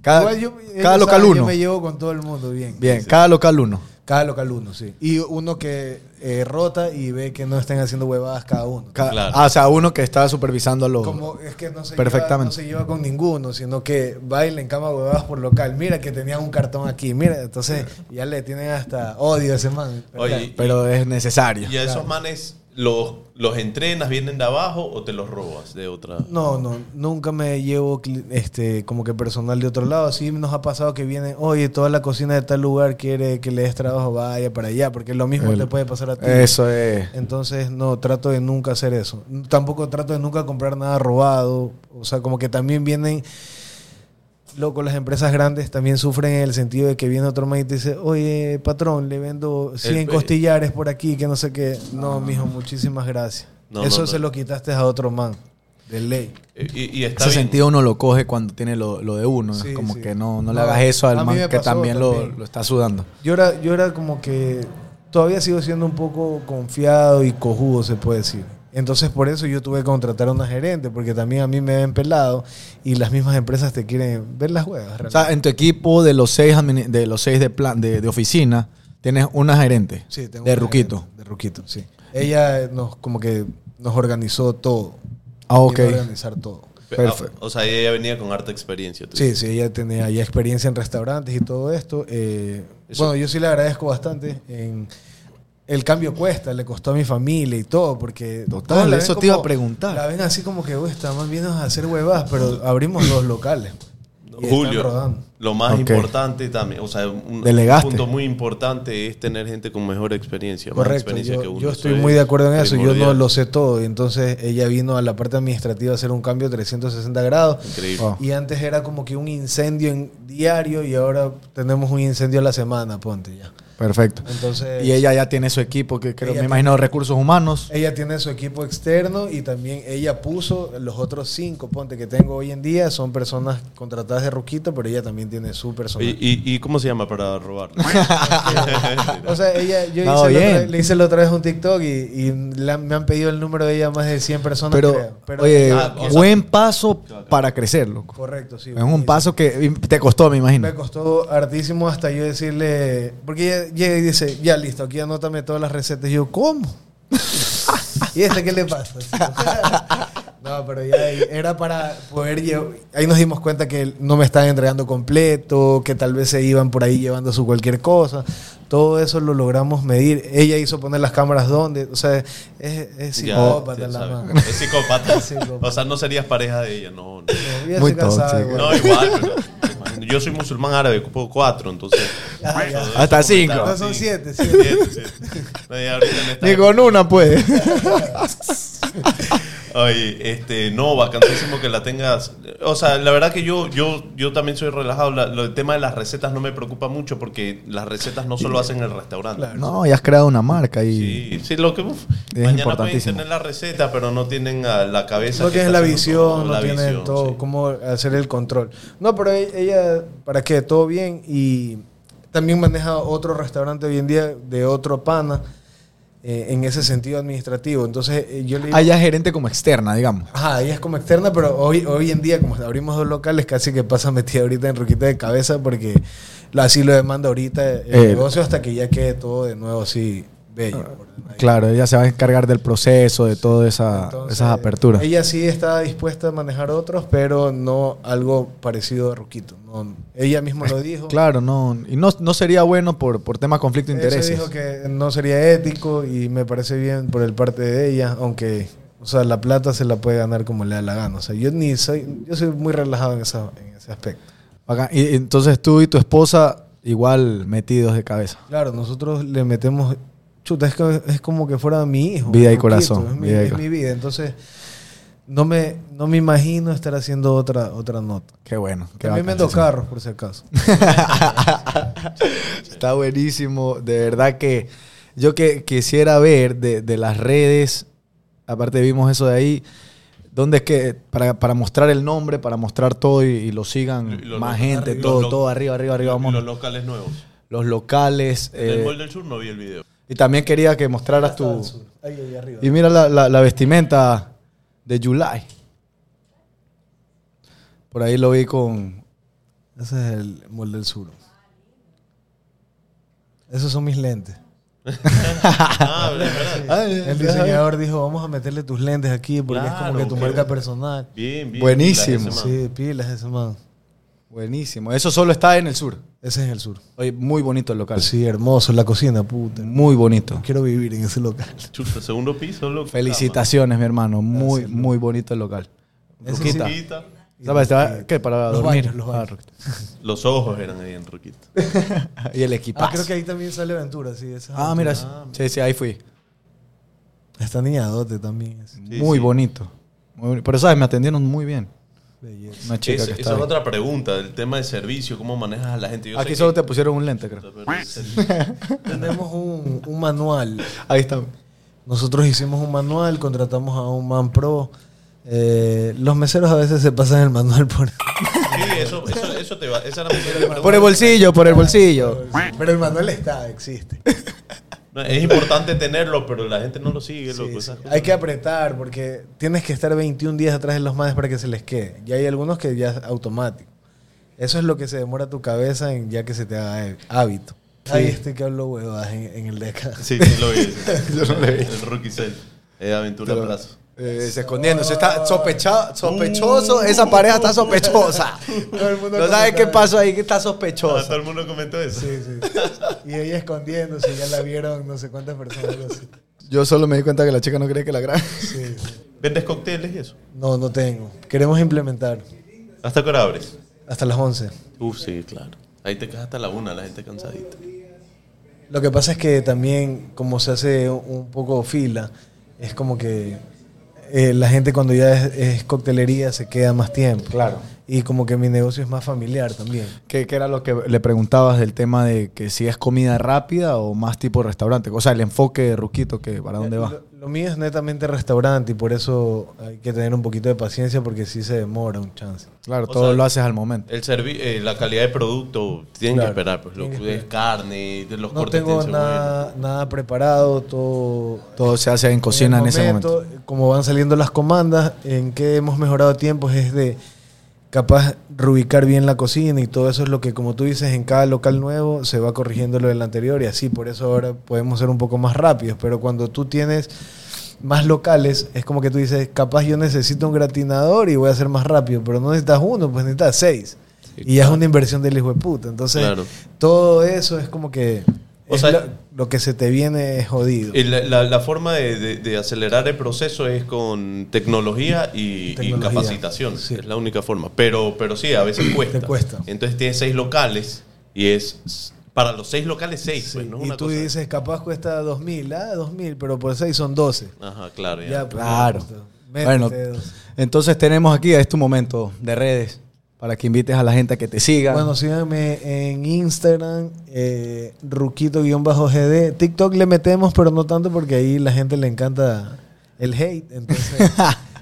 Speaker 2: Cada,
Speaker 3: Igual yo-
Speaker 2: cada
Speaker 3: ellos
Speaker 2: local
Speaker 3: saben,
Speaker 2: uno.
Speaker 3: Yo me llevo con todo el mundo bien.
Speaker 2: Bien, cada local uno.
Speaker 3: Cada local uno, sí. Y uno que eh, rota y ve que no estén haciendo huevadas cada uno.
Speaker 2: Ca-
Speaker 1: Claro.
Speaker 2: ah, o sea, uno que está supervisando a los.
Speaker 3: Como es que no se,
Speaker 2: Oh, Perfectamente.
Speaker 3: Lleva, no se lleva con ninguno, sino que va y le encama huevadas por local. Mira que tenían un cartón aquí, mira, entonces ya le tienen hasta odio a ese man.
Speaker 1: Oye,
Speaker 2: pero es necesario.
Speaker 1: ¿y a esos manes los, los entrenas, vienen de abajo o te los robas de otra?
Speaker 3: No, no, nunca me llevo cli- este como que personal de otro lado. Sí nos ha pasado que vienen, oye, toda la cocina de tal lugar quiere que le des trabajo, vaya para allá, porque lo mismo
Speaker 2: El-
Speaker 3: te puede pasar a ti.
Speaker 2: Eso es.
Speaker 3: Entonces, no, trato de nunca hacer eso. Tampoco trato de nunca comprar nada robado. O sea, como que también vienen. Loco, las empresas grandes también sufren en el sentido de que viene otro man y te dice, oye, patrón, le vendo 100
Speaker 1: El-
Speaker 3: costillares por aquí, que no sé qué. No, mijo, muchísimas gracias.
Speaker 1: No,
Speaker 3: eso
Speaker 1: no,
Speaker 3: se
Speaker 1: no.
Speaker 3: lo quitaste a otro man, de ley.
Speaker 1: Eh, Y, y está
Speaker 2: Ese
Speaker 1: bien.
Speaker 2: sentido uno lo coge cuando tiene lo, lo de uno.
Speaker 3: Sí,
Speaker 2: es como
Speaker 3: sí.
Speaker 2: que no, no le
Speaker 3: No,
Speaker 2: hagas eso
Speaker 3: a
Speaker 2: al
Speaker 3: mí
Speaker 2: man
Speaker 3: me
Speaker 2: que
Speaker 3: pasó
Speaker 2: también, lo,
Speaker 3: también.
Speaker 2: lo está sudando.
Speaker 3: Yo era, yo era como que todavía sigo siendo un poco confiado y cojudo, se puede decir. Entonces por eso yo tuve que contratar a una gerente, porque también a mí me ven pelado y las mismas empresas te quieren ver las huevas.
Speaker 2: O sea,
Speaker 3: realmente.
Speaker 2: en tu equipo de los seis, admini- de, los seis de, plan, de, de oficina, tienes una gerente
Speaker 3: Sí, tengo
Speaker 2: de
Speaker 3: una
Speaker 2: Ruquito.
Speaker 3: gerente, de Ruquito, sí. Ella eh, nos como que nos organizó todo.
Speaker 2: Ah, ok.
Speaker 3: Quiero organizar todo.
Speaker 1: Ah,
Speaker 2: Perfecto.
Speaker 1: O sea, ella venía con harta experiencia. tú
Speaker 3: Sí,
Speaker 1: dices.
Speaker 3: sí, ella tenía ya experiencia en restaurantes y todo esto. eh,
Speaker 1: Eso-
Speaker 3: bueno, yo sí le agradezco bastante. En, el cambio cuesta, le costó a mi familia y todo, porque...
Speaker 2: Total,
Speaker 3: todos la ven
Speaker 2: eso te iba a preguntar.
Speaker 3: La ven así como que, "Uy, esta man viene a hacer huevadas, pero abrimos los locales. y
Speaker 1: Julio,
Speaker 3: están rodando.
Speaker 1: lo más
Speaker 2: Ok.
Speaker 1: importante también, o sea, un,
Speaker 2: Delegaste.
Speaker 1: un punto muy importante es tener gente con mejor experiencia. más
Speaker 3: Correcto,
Speaker 1: experiencia
Speaker 3: yo,
Speaker 1: que uno.
Speaker 3: yo estoy
Speaker 1: es
Speaker 3: muy de acuerdo en eso, yo no
Speaker 1: primordial.
Speaker 3: lo sé todo. Y entonces ella vino a la parte administrativa a hacer un cambio de 360 grados.
Speaker 1: Increíble.
Speaker 2: Wow.
Speaker 3: Y antes era como que un incendio en diario y ahora tenemos un incendio a la semana, ponte ya.
Speaker 2: Perfecto.
Speaker 3: Entonces,
Speaker 2: Y ella ya tiene su equipo, que creo,
Speaker 3: Ella
Speaker 2: me imagino, recursos humanos.
Speaker 3: Ella tiene su equipo externo y también ella puso los otros cinco, ponte, que tengo hoy en día, son personas contratadas de Ruquito, pero ella también tiene su personal.
Speaker 1: Oye, ¿Y, y cómo se llama para
Speaker 3: (laughs)
Speaker 1: robar?
Speaker 3: Ah, o sea, ella,
Speaker 2: No,
Speaker 3: yo hice la otra
Speaker 2: bien.
Speaker 3: vez- le hice la otra vez un TikTok y, y la- me han pedido el número de ella más de 100 personas.
Speaker 2: Pero,
Speaker 3: creo. Pero-
Speaker 2: oye,
Speaker 1: Ah, o sea-
Speaker 2: buen paso para crecer, loco.
Speaker 3: correcto, sí.
Speaker 2: Es un paso que te costó, me imagino.
Speaker 3: Me costó hartísimo hasta yo decirle, porque ella llega y dice, ya listo, aquí anótame todas las recetas. Y yo, ¿cómo? (laughs) ¿Y este qué le pasa? Así, o sea, (laughs) no, pero ya ahí era para poder llevar. Ahí nos dimos cuenta que no me estaban entregando completo, que tal vez se iban por ahí llevando su cualquier cosa. Todo eso lo logramos medir. Ella hizo poner las cámaras donde. O sea, es, es
Speaker 1: Ya,
Speaker 3: psicópata
Speaker 1: ya
Speaker 3: la
Speaker 1: sabes.
Speaker 3: mano.
Speaker 1: Es psicópata.
Speaker 3: Es (laughs) psicópata.
Speaker 1: O sea, no serías pareja de ella, no. no.
Speaker 3: Ya
Speaker 2: Muy
Speaker 3: se casaba,
Speaker 2: tóxico.
Speaker 3: güey.
Speaker 1: No, igual, pero imagino, yo soy musulmán árabe, ocupo cuatro, entonces.
Speaker 3: Ah, ya.
Speaker 1: Eso
Speaker 2: Hasta
Speaker 1: es
Speaker 2: cinco.
Speaker 1: complicado,
Speaker 3: No, son
Speaker 1: sí.
Speaker 3: siete, siete.
Speaker 1: Siete, siete. No, ya ahorita en esta
Speaker 2: Ni con una, pues.
Speaker 1: Oye, este, no, vacantísimo que la tengas. O sea, la verdad que yo, yo, yo también soy relajado. La- lo, el tema de las recetas no me preocupa mucho porque las recetas no solo hacen en el restaurante.
Speaker 2: (laughs) No, ya has creado una marca y...
Speaker 1: Sí, sí, lo que uf,
Speaker 2: Es
Speaker 1: mañana pueden
Speaker 2: importantísimo.
Speaker 1: tener la receta, pero no tienen a la cabeza.
Speaker 3: No
Speaker 1: que
Speaker 3: tienes
Speaker 1: está
Speaker 3: la
Speaker 1: haciendo todo,
Speaker 3: visión, no
Speaker 1: la
Speaker 3: tienes
Speaker 1: visión,
Speaker 3: todo,
Speaker 1: sí.
Speaker 3: cómo hacer el control. No, pero e- ella, ¿para qué? Todo bien. Y también maneja otro restaurante hoy en día de otro pana eh, en ese sentido administrativo. Entonces eh, yo le digo,
Speaker 2: Ah, ya es gerente como externa, digamos.
Speaker 3: ajá, ella es como externa, pero hoy, hoy en día, como abrimos dos locales, casi que pasa metida ahorita en ruquita de cabeza porque la- así lo demanda ahorita el
Speaker 2: Eh, ah,
Speaker 3: negocio hasta que ya quede todo de nuevo así de ella.
Speaker 2: Claro, ella se va a encargar del proceso, de todas esa,
Speaker 3: Entonces,
Speaker 2: Ah, esas aperturas.
Speaker 3: Ella sí está dispuesta a manejar otros, pero no algo parecido a Ruquito. No, ella misma lo dijo.
Speaker 2: Eh, Claro, no. Y no, no sería bueno por, por tema conflicto de
Speaker 3: Eso
Speaker 2: intereses.
Speaker 3: dijo que no sería ético y me parece bien por el parte de ella, aunque, o sea, la plata se la puede ganar como le da la gana. O sea, yo ni soy, yo soy muy relajado en, esa, en ese aspecto.
Speaker 2: Bacán. Y y entonces tú y tu esposa igual metidos de cabeza.
Speaker 3: Claro, nosotros le metemos, chuta, es, que- es como que fuera mi hijo.
Speaker 2: Vida y
Speaker 3: Ruquito,
Speaker 2: corazón,
Speaker 3: Es mi,
Speaker 2: vida y
Speaker 3: es
Speaker 2: co-
Speaker 3: mi vida, entonces no me, no me imagino estar haciendo otra, otra nota.
Speaker 2: Qué bueno. qué
Speaker 3: También
Speaker 2: bacán,
Speaker 3: vendo
Speaker 2: sí, sí.
Speaker 3: carros, por si acaso.
Speaker 2: (laughs) Está buenísimo. De verdad que yo que quisiera ver de, de las redes, aparte vimos eso de ahí, donde es que para, para mostrar el nombre, para mostrar todo y, y lo sigan
Speaker 1: Y los
Speaker 2: más
Speaker 1: locales
Speaker 2: gente,
Speaker 1: arriba,
Speaker 2: todo,
Speaker 1: los lo-
Speaker 2: todo arriba, arriba, arriba, vamos.
Speaker 1: los
Speaker 2: Los,
Speaker 1: locales nuevos.
Speaker 2: locales.
Speaker 1: En el
Speaker 2: eh,
Speaker 1: Mall del Sur no vi el
Speaker 2: (laughs)
Speaker 1: video.
Speaker 2: y también quería que mostraras tu...
Speaker 3: Ahí, ahí arriba.
Speaker 2: Y mira la, la- la vestimenta de July. Por ahí lo vi con...
Speaker 3: Ese es el molde del sur. Esos son mis lentes.
Speaker 1: Ah, es verdad.
Speaker 3: El diseñador dijo, vamos a meterle tus lentes aquí porque es
Speaker 1: Claro,
Speaker 3: como que tu
Speaker 1: qué
Speaker 3: marca
Speaker 1: bueno.
Speaker 3: personal.
Speaker 1: Bien, bien.
Speaker 2: Buenísimo.
Speaker 1: pilas ese man.
Speaker 3: Sí, pilas ese man.
Speaker 2: Buenísimo. Eso solo está en el sur.
Speaker 3: Ese es el sur.
Speaker 2: Oye, muy bonito el local.
Speaker 3: Sí, hermoso, la cocina, puta.
Speaker 2: Muy bonito.
Speaker 3: Quiero vivir en ese local.
Speaker 1: Chuta, segundo piso, loco.
Speaker 2: Felicitaciones, mi hermano. Muy,
Speaker 3: Gracias,
Speaker 2: muy bonito el local.
Speaker 3: Eso
Speaker 2: Ruquita.
Speaker 3: sí.
Speaker 1: Ruquita.
Speaker 2: ¿Sabes? Te va- ¿Qué? Para
Speaker 3: Los
Speaker 2: dormir.
Speaker 3: baños, los baños.
Speaker 2: Ah, Ruquita.
Speaker 1: Los ojos eran ahí en Ruquita.
Speaker 2: y el
Speaker 3: (laughs) Ah,
Speaker 2: equipaje. Ah,
Speaker 3: creo que ahí Ah, también sale aventura, sí. esa es
Speaker 2: mira.
Speaker 3: Aventura.
Speaker 2: Sí, sí, ahí fui.
Speaker 3: Está niñadote también. es
Speaker 1: Sí,
Speaker 2: muy
Speaker 1: sí.
Speaker 2: bonito. Muy boni- Pero, ¿sabes? Me atendieron muy bien.
Speaker 3: belleza.
Speaker 2: Una chica
Speaker 1: Es-
Speaker 2: que
Speaker 1: esa
Speaker 2: está
Speaker 1: es
Speaker 2: ahí.
Speaker 1: otra pregunta, el tema de servicio, cómo manejas a la gente. Yo sé
Speaker 2: Aquí
Speaker 1: que-
Speaker 2: solo te pusieron un lente, creo.
Speaker 1: (laughs)
Speaker 3: Tenemos un, un manual.
Speaker 2: Ahí está.
Speaker 3: Nosotros hicimos un manual, contratamos a un man pro. Eh, los meseros a veces se pasan el manual por...
Speaker 1: Sí, eso, eso, eso te va. Esa era mi primera pregunta.
Speaker 2: Por el bolsillo, por el bolsillo.
Speaker 3: Pero el manual está, existe.
Speaker 1: No, es importante tenerlo, pero la gente no lo sigue.
Speaker 3: Sí,
Speaker 1: loco,
Speaker 3: sí.
Speaker 1: esas cosas.
Speaker 3: Hay que apretar porque tienes que estar 21 días atrás de los madres para que se les quede. Y hay algunos que ya es automático. Eso es lo que se demora tu cabeza en ya que se te haga há- hábito. Ahí este que hablo huevadas en, en el de acá.
Speaker 2: (laughs)
Speaker 1: Sí, sí, lo vi.
Speaker 2: Yo no lo vi.
Speaker 1: El Rookie Cell. Eh, Aventura Plaza.
Speaker 2: Eh, se escondiéndose, está sospecha- sospechoso, esa pareja está sospechosa.
Speaker 3: Uh. (laughs) Todo el mundo
Speaker 2: No sabe
Speaker 3: comenta-
Speaker 2: qué pasó ahí, que está
Speaker 1: Ah,
Speaker 2: sospechosa.
Speaker 1: todo el mundo comentó eso.
Speaker 3: Sí, sí. (laughs) Y ella escondiéndose, ya la vieron no sé cuántas personas. algo así.
Speaker 2: Yo solo me di cuenta que la chica no cree que la grabe.
Speaker 3: Sí, sí.
Speaker 1: ¿Vendes cócteles y eso?
Speaker 3: No, no tengo. Queremos implementar
Speaker 1: ¿Hasta qué hora abres?
Speaker 3: hasta las 11.
Speaker 1: Uf, sí, claro. Ahí te quedas hasta la una, la gente cansadita.
Speaker 3: Lo que pasa es que también, como se hace un poco fila, es como que eh, la gente cuando ya es, es coctelería se queda más tiempo.
Speaker 2: Claro.
Speaker 3: Y como que mi negocio es más familiar también.
Speaker 2: ¿Qué, qué era lo que le preguntabas del tema de que si es comida rápida o más tipo restaurante? O sea, el enfoque de Ruquito, que para dónde va.
Speaker 3: Lo, lo mío es netamente restaurante y por eso hay que tener un poquito de paciencia porque sí se demora un chance.
Speaker 2: Claro,
Speaker 1: O
Speaker 2: todo
Speaker 1: sea,
Speaker 2: lo haces al momento.
Speaker 1: El servi eh, la calidad de producto tienen
Speaker 3: Claro.
Speaker 1: que esperar, pues lo
Speaker 3: Tienen que
Speaker 1: que es carne, de los
Speaker 3: No
Speaker 1: cortes
Speaker 3: tengo
Speaker 1: tienen que ser
Speaker 3: nada, nada preparado, todo...
Speaker 2: Todo se hace en cocina en,
Speaker 3: el
Speaker 2: ese momento.
Speaker 3: Como van saliendo las comandas, en que hemos mejorado tiempos es de capaz reubicar bien la cocina y todo eso es lo que, como tú dices, en cada local nuevo se va corrigiendo lo del anterior y así, por eso ahora podemos ser un poco más rápidos, pero cuando tú tienes más locales, es como que tú dices, capaz yo necesito un gratinador y voy a ser más rápido, pero no necesitas uno, pues necesitas seis.
Speaker 1: Sí,
Speaker 3: y ya es una inversión del hijo de puta. Entonces,
Speaker 1: Claro.
Speaker 3: todo eso es como que...
Speaker 1: O
Speaker 3: es
Speaker 1: sea-
Speaker 3: lo, lo que se te viene es jodido.
Speaker 1: Y La, la- la forma de, de- de acelerar el proceso es con tecnología y, y
Speaker 3: Tecnología,
Speaker 1: capacitación.
Speaker 3: sí.
Speaker 1: Es la única forma. Pero, pero sí, a veces cuesta.
Speaker 3: Te cuesta.
Speaker 1: Entonces tienes seis locales y es para los seis locales seis.
Speaker 3: Sí,
Speaker 1: pues, no es
Speaker 3: y
Speaker 1: una
Speaker 3: tú
Speaker 1: cosa-
Speaker 3: dices, capaz cuesta 2000, ah, 2000, pero por 6 son 12.
Speaker 1: Ajá, claro. ya.
Speaker 3: Ya, pues,
Speaker 2: Claro.
Speaker 3: ya, pues,
Speaker 2: Bueno,
Speaker 3: métete dos.
Speaker 2: entonces tenemos aquí, es tu momento de redes, para que invites a la gente a que te siga.
Speaker 3: Bueno, síganme en Instagram, eh, ruquito-gd. TikTok le metemos, pero no tanto porque ahí la gente le encanta el
Speaker 2: (laughs)
Speaker 3: hate. Entonces,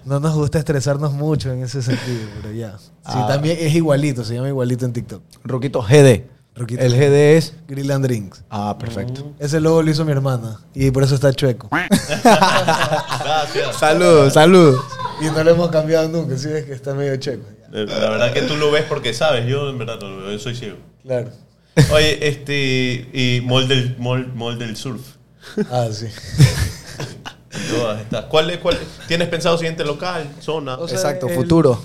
Speaker 3: no nos gusta estresarnos mucho en ese sentido, pero ya. Sí,
Speaker 2: Ah.
Speaker 3: también es igualito, se llama igualito en TikTok.
Speaker 2: Ruquito GD.
Speaker 3: Ruquito. Mm.
Speaker 2: El GD es...
Speaker 3: Grill and Drinks.
Speaker 2: Ah, perfecto.
Speaker 3: Ese logo lo hizo mi hermana y por eso está chueco. (laughs)
Speaker 1: Gracias.
Speaker 2: Salud, salud.
Speaker 3: Y no lo hemos cambiado nunca, si ves que está medio chueco. ya.
Speaker 1: Eh, La verdad que tú lo ves porque sabes. Yo en verdad no lo veo, yo soy ciego.
Speaker 3: Claro.
Speaker 1: Oye, este. Y Mall del, Mall- Mall del Surf.
Speaker 3: Ah, sí.
Speaker 1: Todas estas. ¿Cuál es, cuál es? ¿Tienes pensado siguiente local, zona?
Speaker 3: O sea,
Speaker 2: Exacto,
Speaker 3: el-
Speaker 2: futuro.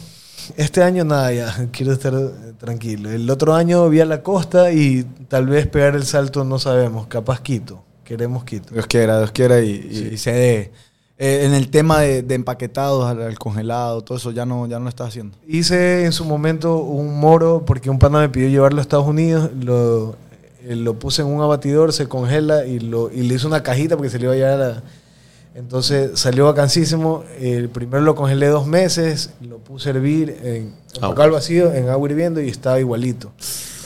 Speaker 3: Este año nada, ya. Quiero estar eh, tranquilo. El otro año vi a la costa y tal vez pegar el salto, no sabemos. Capaz Quito. Queremos Quito.
Speaker 2: Dios quiera, Dios quiera y, y- y se dé. Eh, en el tema de, de empaquetados, al, al congelado, todo eso ya no, ya no lo estás haciendo.
Speaker 3: Hice en su momento un moro porque un pana me pidió llevarlo a Estados Unidos. Lo, eh, lo puse en un abatidor, se congela y, lo, y le hice una cajita porque se le iba a llevar a la- Entonces salió vacancísimo. El primero lo congelé dos meses, lo puse a hervir en
Speaker 1: Agua.
Speaker 3: local vacío, en agua hirviendo y estaba igualito.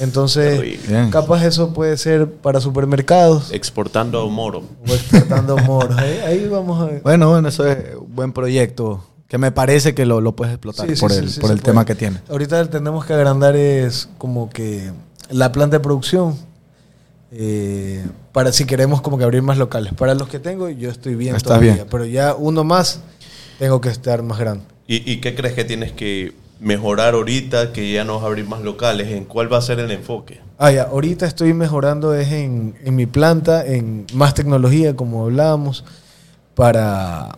Speaker 3: Entonces,
Speaker 2: Bien.
Speaker 3: capaz eso puede ser para
Speaker 2: Eh.
Speaker 3: supermercados
Speaker 1: Exportando moro.
Speaker 3: o exportando moros. Ahí, ahí vamos a ver.
Speaker 2: Bueno, bueno, eso es un buen proyecto que me parece que lo, lo puedes explotar
Speaker 3: Sí, sí,
Speaker 2: por
Speaker 3: sí,
Speaker 2: el,
Speaker 3: sí,
Speaker 2: por
Speaker 3: se
Speaker 2: el tema
Speaker 3: puede.
Speaker 2: que tiene.
Speaker 3: Ahorita tenemos que agrandar es como que la planta de producción eh, para si queremos como que abrir más locales. Para los que tengo yo estoy bien
Speaker 2: Estás
Speaker 3: todavía,
Speaker 2: bien.
Speaker 3: pero ya uno más tengo que estar más grande.
Speaker 1: ¿Y, y qué crees que tienes que mejorar ahorita que ya no vas a abrir más locales? ¿En cuál va a ser el enfoque?
Speaker 3: Ah, ya, ahorita estoy mejorando es en, en mi planta, en más tecnología, como hablábamos, para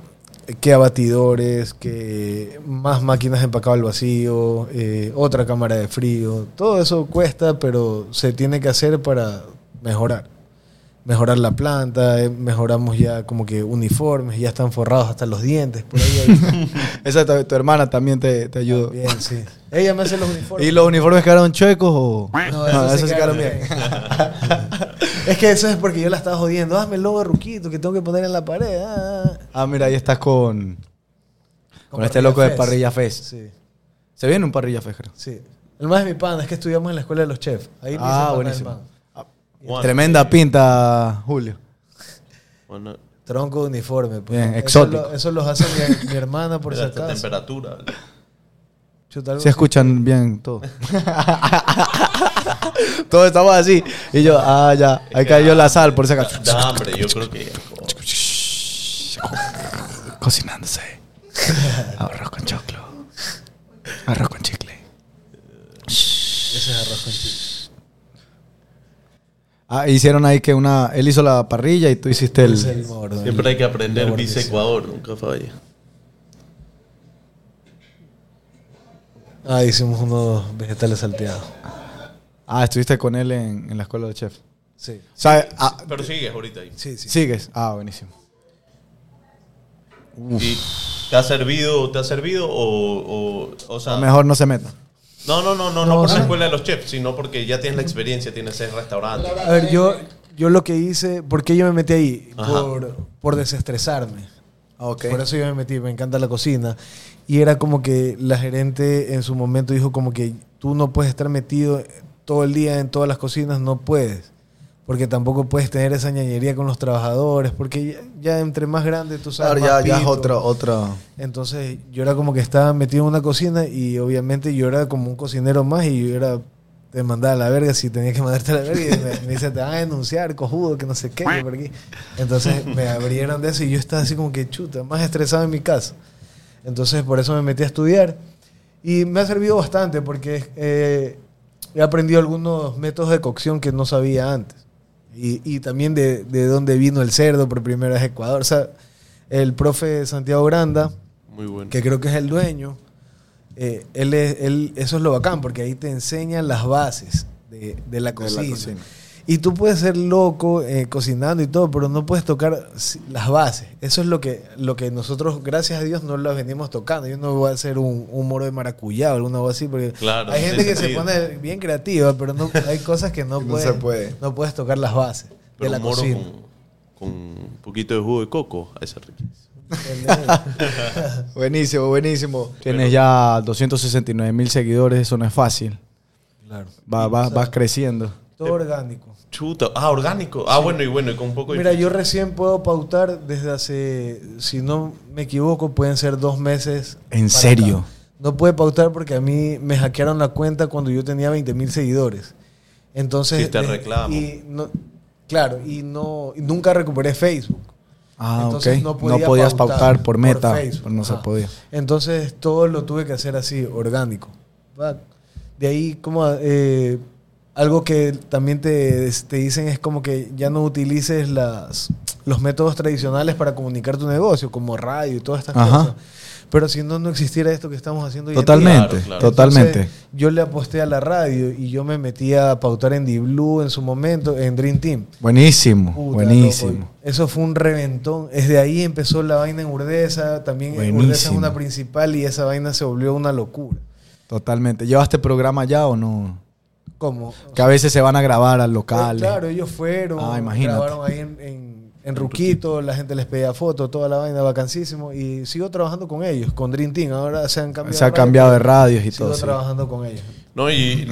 Speaker 3: que abatidores, que más máquinas de empacado al vacío, eh, otra cámara de frío. Todo eso cuesta, pero se tiene que hacer para mejorar. Mejorar la planta, eh, mejoramos ya como que uniformes, ya están forrados hasta los dientes, por ahí.
Speaker 2: (laughs)
Speaker 3: ahí.
Speaker 2: Esa tu, tu hermana también te, te ayudó.
Speaker 3: Bien, sí. Ella me hace los uniformes.
Speaker 2: ¿Y los uniformes quedaron chuecos o...? (laughs) Ah,
Speaker 3: No, esos se quedaron es que eso es porque yo la estaba jodiendo. Hazme el logo de Ruquito que tengo que poner en la pared. ah, ah.
Speaker 2: Ah, mira, ahí estás con, con, este
Speaker 3: Parrilla
Speaker 2: loco de
Speaker 3: Fest.
Speaker 2: Parrilla Fest.
Speaker 3: Sí,
Speaker 2: Se viene un Parrilla Fest, creo.
Speaker 3: sí. El más es mi pan, es que estudiamos en la escuela de los chefs. Ahí me hice
Speaker 2: Ah,
Speaker 3: pana
Speaker 2: buenísimo.
Speaker 3: del man.
Speaker 1: Juan,
Speaker 2: Tremenda pinta, Julio.
Speaker 1: Juan,
Speaker 3: Tronco de uniforme. pues.
Speaker 2: Bien,
Speaker 3: Eso
Speaker 2: exótico.
Speaker 3: lo- Eso, los hace mi, mi hermana,
Speaker 1: (laughs)
Speaker 3: por si
Speaker 1: mira esta
Speaker 3: acaso.
Speaker 1: temperatura.
Speaker 3: Chuta, algo
Speaker 2: Se
Speaker 3: así.
Speaker 2: escuchan bien todo. (laughs) Todos estamos así. Y yo, ah, ya. Ahí cayó la sal, por si
Speaker 1: Da,
Speaker 2: acaso.
Speaker 1: da hambre, yo creo que.
Speaker 3: (laughs)
Speaker 2: Cocinándose. Arroz con choclo. Arroz con chicle.
Speaker 3: Ese es arroz con chile.
Speaker 2: Ah, hicieron ahí que una. Él hizo la parrilla y tú hiciste
Speaker 3: Ese es el
Speaker 2: el.
Speaker 3: morro, el-
Speaker 1: Siempre hay que aprender
Speaker 3: la
Speaker 1: vice
Speaker 3: guarnición.
Speaker 1: Ecuador, nunca falla.
Speaker 3: Ah, hicimos unos vegetales salteados.
Speaker 2: Ah, estuviste con él en, en la escuela de chef.
Speaker 3: Sí.
Speaker 2: ¿Sabes? Ah,
Speaker 1: Pero sigues ahorita ahí.
Speaker 3: Sí, sí.
Speaker 2: ¿Sigues? Ah, buenísimo.
Speaker 1: ¿Y ¿Te ha servido, te ha servido o, o, o
Speaker 3: Ah.
Speaker 1: sea,
Speaker 2: Mejor no se meta.
Speaker 1: No, no, no, no, no,
Speaker 3: No,
Speaker 1: por la
Speaker 3: sí.
Speaker 1: escuela de los chefs, sino porque ya tienes la experiencia, tienes seis restaurantes.
Speaker 3: A ver, yo, yo lo que hice, ¿por qué yo me metí ahí?
Speaker 1: Ajá.
Speaker 3: Por, por desestresarme.
Speaker 2: Ah, Ok.
Speaker 3: Por eso yo me metí, me encanta la cocina. Y era como que la gerente en su momento dijo como que tú no puedes estar metido todo el día en todas las cocinas, no puedes. Porque tampoco puedes tener esa ñañería con los trabajadores, porque ya, ya entre más grande tú sabes.
Speaker 2: Claro,
Speaker 3: más
Speaker 2: ya, ya es
Speaker 3: pito.
Speaker 2: otro, otro.
Speaker 3: Entonces yo era como que estaba metido en una cocina y obviamente yo era como un cocinero más y yo era te mandaba a la verga si tenía que mandarte a la verga y me, me dice te van a denunciar cojudo que no sé qué que por aquí entonces me abrieron de eso y yo estaba así como que chuta más estresado en mi casa entonces por eso me metí a estudiar y me ha servido bastante porque eh, he aprendido algunos métodos de cocción que no sabía antes y, y también de, de dónde vino el cerdo por primera vez a Ecuador o sea el profe Santiago Granda
Speaker 1: Muy bueno.
Speaker 3: que creo que es el dueño, eh, él es- él- eso es lo bacán, porque ahí te enseñan las bases de, de la cocina.
Speaker 2: cocina.
Speaker 3: Y tú puedes ser loco eh, cocinando y todo, pero no puedes tocar si- las bases. Eso es lo que, lo que nosotros, gracias a Dios, no las venimos tocando. Yo no voy a hacer un, un moro de maracuyá o alguna cosa así, porque
Speaker 1: Claro,
Speaker 3: hay
Speaker 1: no
Speaker 3: gente
Speaker 1: tiene
Speaker 3: que
Speaker 1: sentido.
Speaker 3: se pone bien creativa, pero no, hay cosas que no,
Speaker 2: No
Speaker 3: puedes,
Speaker 2: se puede.
Speaker 3: no puedes tocar las bases
Speaker 1: Pero
Speaker 3: de la
Speaker 1: un moro
Speaker 3: cocina.
Speaker 1: con, con un poquito de jugo de coco, a ese riquísimo. (laughs)
Speaker 2: Buenísimo, buenísimo. Tienes ya 269 mil seguidores, eso no es fácil.
Speaker 3: Claro.
Speaker 2: Va- va- vas creciendo.
Speaker 3: Todo orgánico.
Speaker 1: Chuta, ah, orgánico. Ah, bueno, y bueno, y con un poco de.
Speaker 3: Mira, yo recién puedo pautar desde hace, si no me equivoco, pueden ser dos meses.
Speaker 2: ¿En
Speaker 3: para
Speaker 2: serio?
Speaker 3: acá. No pude pautar porque a mí me hackearon la cuenta cuando yo tenía 20 mil seguidores. Entonces.
Speaker 1: Sí, te
Speaker 3: de-
Speaker 1: reclamo.
Speaker 3: Y no, claro, y no y nunca recuperé Facebook.
Speaker 2: Ah,
Speaker 3: Entonces,
Speaker 2: ok. No, podías pautar, por meta, pues
Speaker 3: Facebook. Ah.
Speaker 2: no se
Speaker 3: Ajá.
Speaker 2: podía.
Speaker 3: Entonces todo lo tuve que hacer así, orgánico. Va. De ahí como eh, algo que también te, te dicen es como que ya no utilices las, los métodos tradicionales para comunicar tu negocio, como radio y todas estas
Speaker 2: Ajá.
Speaker 3: cosas. Pero si no, no existiera esto que estamos haciendo hoy en día.
Speaker 2: Totalmente,
Speaker 1: Claro, claro.
Speaker 2: totalmente.
Speaker 3: Entonces, yo le aposté a la radio y yo me metí a pautar en D-Blue en su momento, en Dream Team.
Speaker 2: buenísimo,
Speaker 3: Puta,
Speaker 2: buenísimo.
Speaker 3: loco, Eso fue un reventón. Desde ahí empezó la vaina en Urdesa. También en Urdesa es
Speaker 2: Buenísimo.
Speaker 3: una principal y esa vaina se volvió una locura.
Speaker 2: Totalmente. ¿Llevaste programa ya o no?
Speaker 3: Como
Speaker 2: Que a veces se van a grabar al local.
Speaker 3: Claro, ellos fueron,
Speaker 2: Ah, imagínate.
Speaker 3: grabaron ahí en, en- en Ruquito, la gente les pedía fotos, toda la vaina, vacancísimo. Y sigo trabajando con ellos, con Dream Team. Ahora se han cambiado.
Speaker 2: se ha
Speaker 3: radio,
Speaker 2: cambiado de
Speaker 3: pero
Speaker 2: radios y
Speaker 3: Sigo
Speaker 2: todo. sí.
Speaker 3: trabajando con ellos.
Speaker 1: No, y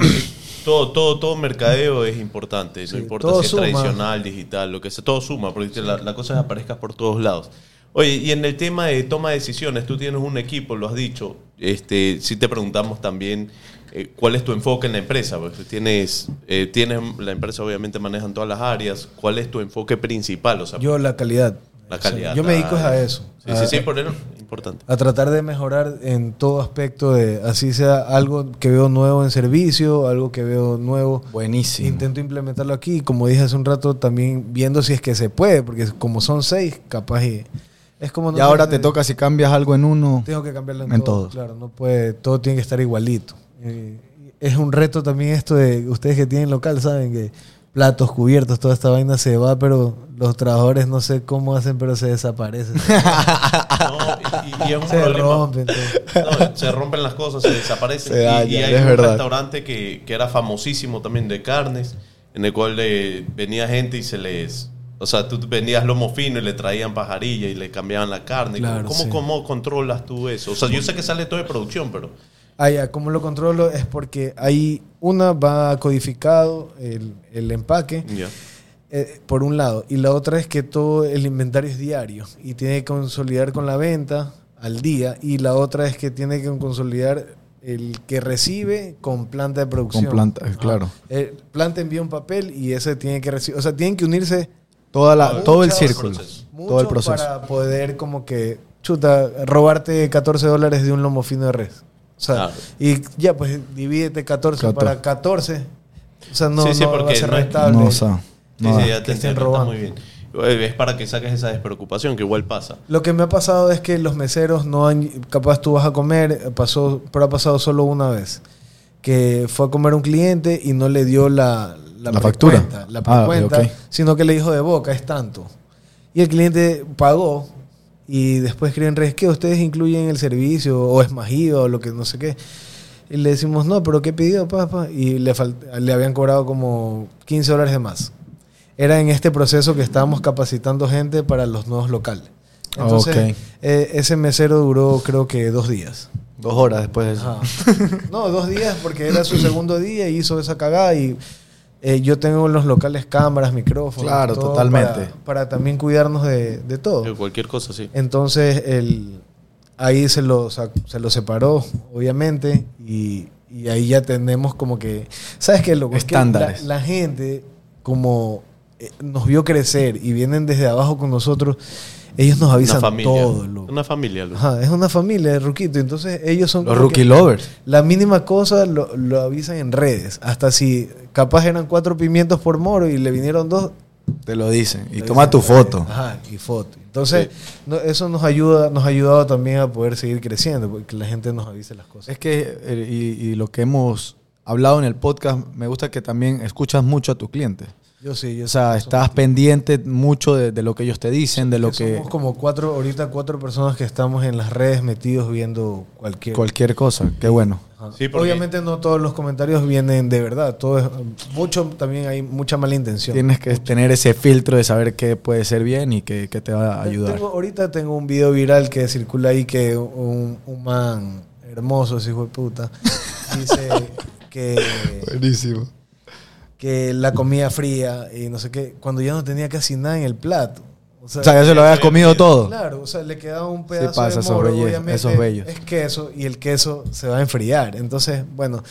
Speaker 1: todo, todo, todo mercadeo es importante.
Speaker 3: Sí,
Speaker 1: no importa
Speaker 3: todo
Speaker 1: si es
Speaker 3: suma.
Speaker 1: tradicional, digital, lo que sea. Todo suma, porque la, la cosa es que aparezcas por todos lados. Oye, y en el tema de toma de decisiones, tú tienes un equipo, lo has dicho. Este, sí te preguntamos también eh, cuál es tu enfoque en la empresa. Porque tú tienes, eh, tienes, la empresa obviamente manejan todas las áreas. ¿Cuál es tu enfoque principal? O sea,
Speaker 3: Yo la calidad.
Speaker 1: la
Speaker 3: O sea,
Speaker 1: calidad.
Speaker 3: yo me dedico
Speaker 1: la-
Speaker 3: a eso.
Speaker 1: Sí,
Speaker 3: a-
Speaker 1: sí, sí, por eso,
Speaker 3: (laughs)
Speaker 1: importante.
Speaker 3: a tratar de mejorar en todo aspecto de así sea algo que veo nuevo en servicio, algo que veo nuevo.
Speaker 2: Buenísimo.
Speaker 3: Intento implementarlo aquí, como dije hace un rato, también viendo si es que se puede, porque como son seis, capaz y es como
Speaker 2: y ahora te
Speaker 3: tiene-
Speaker 2: toca si cambias algo en uno.
Speaker 3: tengo que cambiarlo en,
Speaker 2: en
Speaker 3: todo.
Speaker 2: todos.
Speaker 3: Claro, no puede, todo tiene que estar igualito. Eh, es un reto también esto de ustedes que tienen local saben que platos, cubiertos, toda esta vaina se va, pero los trabajadores no sé cómo hacen, pero se desaparecen.
Speaker 1: No, y, y es un
Speaker 3: Ah, (laughs) se
Speaker 1: problema.
Speaker 3: rompen. todo.
Speaker 1: No, se rompen las cosas, se desaparecen.
Speaker 3: (laughs)
Speaker 2: Se
Speaker 1: Y- y,
Speaker 2: dañan,
Speaker 1: hay
Speaker 2: es
Speaker 1: un
Speaker 2: verdad.
Speaker 1: restaurante que, que era famosísimo también de carnes, en el cual eh, venía gente y se les. O sea, tú vendías lomo fino y le traían pajarilla y le cambiaban la carne.
Speaker 3: Claro,
Speaker 1: ¿Cómo,
Speaker 3: sí.
Speaker 1: cómo controlas tú eso? O sea, yo sé que sale todo de producción, pero.
Speaker 3: Ah, ya, ¿cómo lo controlo? Es porque ahí una va codificado el, el empaque,
Speaker 1: Ya.
Speaker 3: eh, por un lado, y la otra es que todo el inventario es diario y tiene que consolidar con la venta al día, y la otra es que tiene que consolidar el que recibe con planta de producción.
Speaker 2: Con planta, claro.
Speaker 3: Eh, planta envía un papel y ese tiene que recibir, o sea, tienen que unirse
Speaker 2: Toda la,
Speaker 1: Mucho
Speaker 2: todo el
Speaker 1: del
Speaker 2: círculo.
Speaker 1: proceso.
Speaker 3: mucho
Speaker 2: Todo el proceso.
Speaker 3: para poder como que, chuta, robarte 14 dólares de un lomo fino de res. O sea,
Speaker 1: Claro.
Speaker 3: y ya pues divídete 14
Speaker 2: Cator-
Speaker 3: para 14. O sea, no,
Speaker 1: Sí, sí,
Speaker 3: no va
Speaker 1: porque
Speaker 3: a ser
Speaker 1: no es-
Speaker 3: rentable.
Speaker 2: No, o sea,
Speaker 1: Sí,
Speaker 2: no
Speaker 1: sí,
Speaker 2: da.
Speaker 1: ya te
Speaker 3: que
Speaker 1: entiendo,
Speaker 3: estén
Speaker 1: está
Speaker 3: robando.
Speaker 1: muy bien. Eh, Es para que saques esa despreocupación, que igual pasa.
Speaker 3: Lo que me ha pasado es que los meseros no han. Capaz tú vas a comer, pasó, pero ha pasado solo una vez. Que fue a comer un cliente y no le dio la,
Speaker 2: La factura.
Speaker 3: precuenta, la
Speaker 2: Ah,
Speaker 3: precuenta,
Speaker 2: ok.
Speaker 3: sino que le dijo de boca, es tanto. Y el cliente pagó y después creen, es que ustedes incluyen el servicio o es más IVA o lo que no sé qué. Y le decimos, no, pero ¿qué pidió, papá? Y le, falt- le habían cobrado como 15 dólares de más. Era en este proceso que estábamos capacitando gente para los nuevos locales.
Speaker 2: Ah,
Speaker 3: Entonces,
Speaker 2: ok.
Speaker 3: eh, ese mesero duró creo que dos días.
Speaker 2: Dos horas después de eso.
Speaker 3: Ajá. (laughs) No, dos días porque era su segundo día y hizo esa cagada y eh, yo tengo en los locales cámaras, micrófonos.
Speaker 2: Claro,
Speaker 3: todo
Speaker 2: totalmente.
Speaker 3: Para, para también cuidarnos de, de
Speaker 1: Eh,
Speaker 3: todo.
Speaker 1: Cualquier cosa, sí.
Speaker 3: Entonces el, ahí se lo, sa- se lo separó, obviamente, y, y ahí ya tenemos como que... ¿Sabes qué? Lo
Speaker 2: Estándares.
Speaker 3: la, la gente como eh, nos vio crecer y vienen desde abajo con nosotros, ellos nos
Speaker 1: Una
Speaker 3: avisan
Speaker 1: familia.
Speaker 3: todo. loco.
Speaker 1: Una familia, loco.
Speaker 3: Ajá, es una familia de Ruquito, entonces ellos son...
Speaker 2: Los
Speaker 3: como
Speaker 2: rookie
Speaker 3: que-
Speaker 2: lovers.
Speaker 3: la mínima cosa lo, lo avisan en redes. Hasta si capaz eran cuatro pimientos por moro y le vinieron dos.
Speaker 2: Te lo dicen. Y
Speaker 3: le
Speaker 2: toma
Speaker 3: dicen,
Speaker 2: tu
Speaker 3: "Ah,
Speaker 2: foto.
Speaker 3: Ajá, y foto. Entonces, no- eso nos ayuda, nos ha ayudado también a poder seguir creciendo, porque la gente nos avise las cosas.
Speaker 2: Es que, eh, y, y lo que hemos hablado en el podcast, me gusta que también escuchas mucho a tus clientes.
Speaker 3: Yo sí, yo
Speaker 2: O sea, estás pendiente mucho de, de lo que ellos te dicen, de lo que...
Speaker 3: Somos como cuatro, ahorita cuatro personas que estamos en las redes metidos viendo cualquier.
Speaker 2: Cualquier cosa. Qué bueno.
Speaker 3: Ajá.
Speaker 1: Sí, porque-
Speaker 3: Obviamente no todos los comentarios vienen de verdad, todo es- mucho también hay mucha mala intención.
Speaker 2: Tienes que tener ese filtro de saber qué puede ser bien y qué, qué te va a ayudar.
Speaker 3: Tengo- ahorita tengo un video viral que circula ahí que un, un man hermoso, ese hijo de puta, (laughs) dice que,
Speaker 2: Buenísimo.
Speaker 3: que la comida fría y no sé qué, cuando ya no tenía casi nada en el plato. O sea,
Speaker 2: O sea, ya se lo habías comido todo.
Speaker 3: claro, o sea, le quedaba un pedazo
Speaker 2: pasa
Speaker 3: de
Speaker 2: esos
Speaker 3: moro,
Speaker 2: bellezas,
Speaker 3: obviamente,
Speaker 2: esos bellos.
Speaker 3: es queso y el queso se va a enfriar. Entonces, bueno,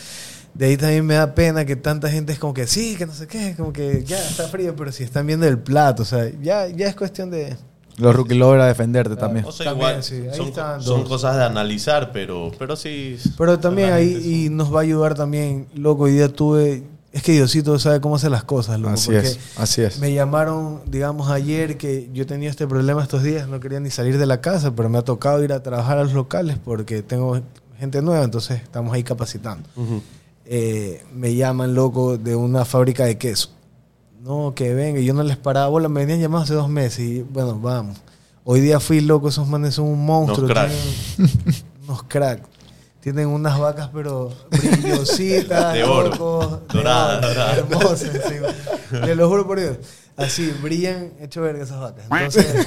Speaker 3: de ahí también me da pena que tanta gente es como que sí, que no sé qué, como que ya está frío, pero si están viendo el plato, o sea, ya, ya es cuestión de...
Speaker 2: Los rookie lovers a defenderte
Speaker 3: Claro.
Speaker 2: también.
Speaker 1: O sea,
Speaker 3: También,
Speaker 1: igual,
Speaker 3: sí, ahí
Speaker 1: son,
Speaker 3: están
Speaker 1: son
Speaker 3: dos.
Speaker 1: cosas de analizar, pero, pero sí.
Speaker 3: Pero también
Speaker 1: la
Speaker 3: ahí
Speaker 1: gente sí.
Speaker 3: y nos va a ayudar también, loco, hoy día tuve, Es que Diosito sabe cómo hacer las cosas, loco,
Speaker 2: Así
Speaker 3: porque
Speaker 2: es, así es.
Speaker 3: Me llamaron, digamos, ayer que yo tenía este problema estos días, no quería ni salir de la casa, pero me ha tocado ir a trabajar a los locales porque tengo gente nueva, entonces estamos ahí capacitando.
Speaker 1: Ujú.
Speaker 3: Eh, me llaman, loco, de una fábrica de queso. No, que venga, yo no les paraba bola, me venían llamando hace dos meses y bueno, vamos. Hoy día fui loco, esos manes son un monstruo.
Speaker 1: Unos crack.
Speaker 3: tienen- (laughs) unos crack. Tienen unas vacas, pero brillositas,
Speaker 1: (laughs) De oro.
Speaker 3: loco, de
Speaker 1: Doradas,
Speaker 3: oro,
Speaker 1: doradas.
Speaker 3: hermosas. sí.
Speaker 1: (laughs)
Speaker 3: Te lo juro por Dios. Así, brillan, hecho verga esas vacas. Entonces,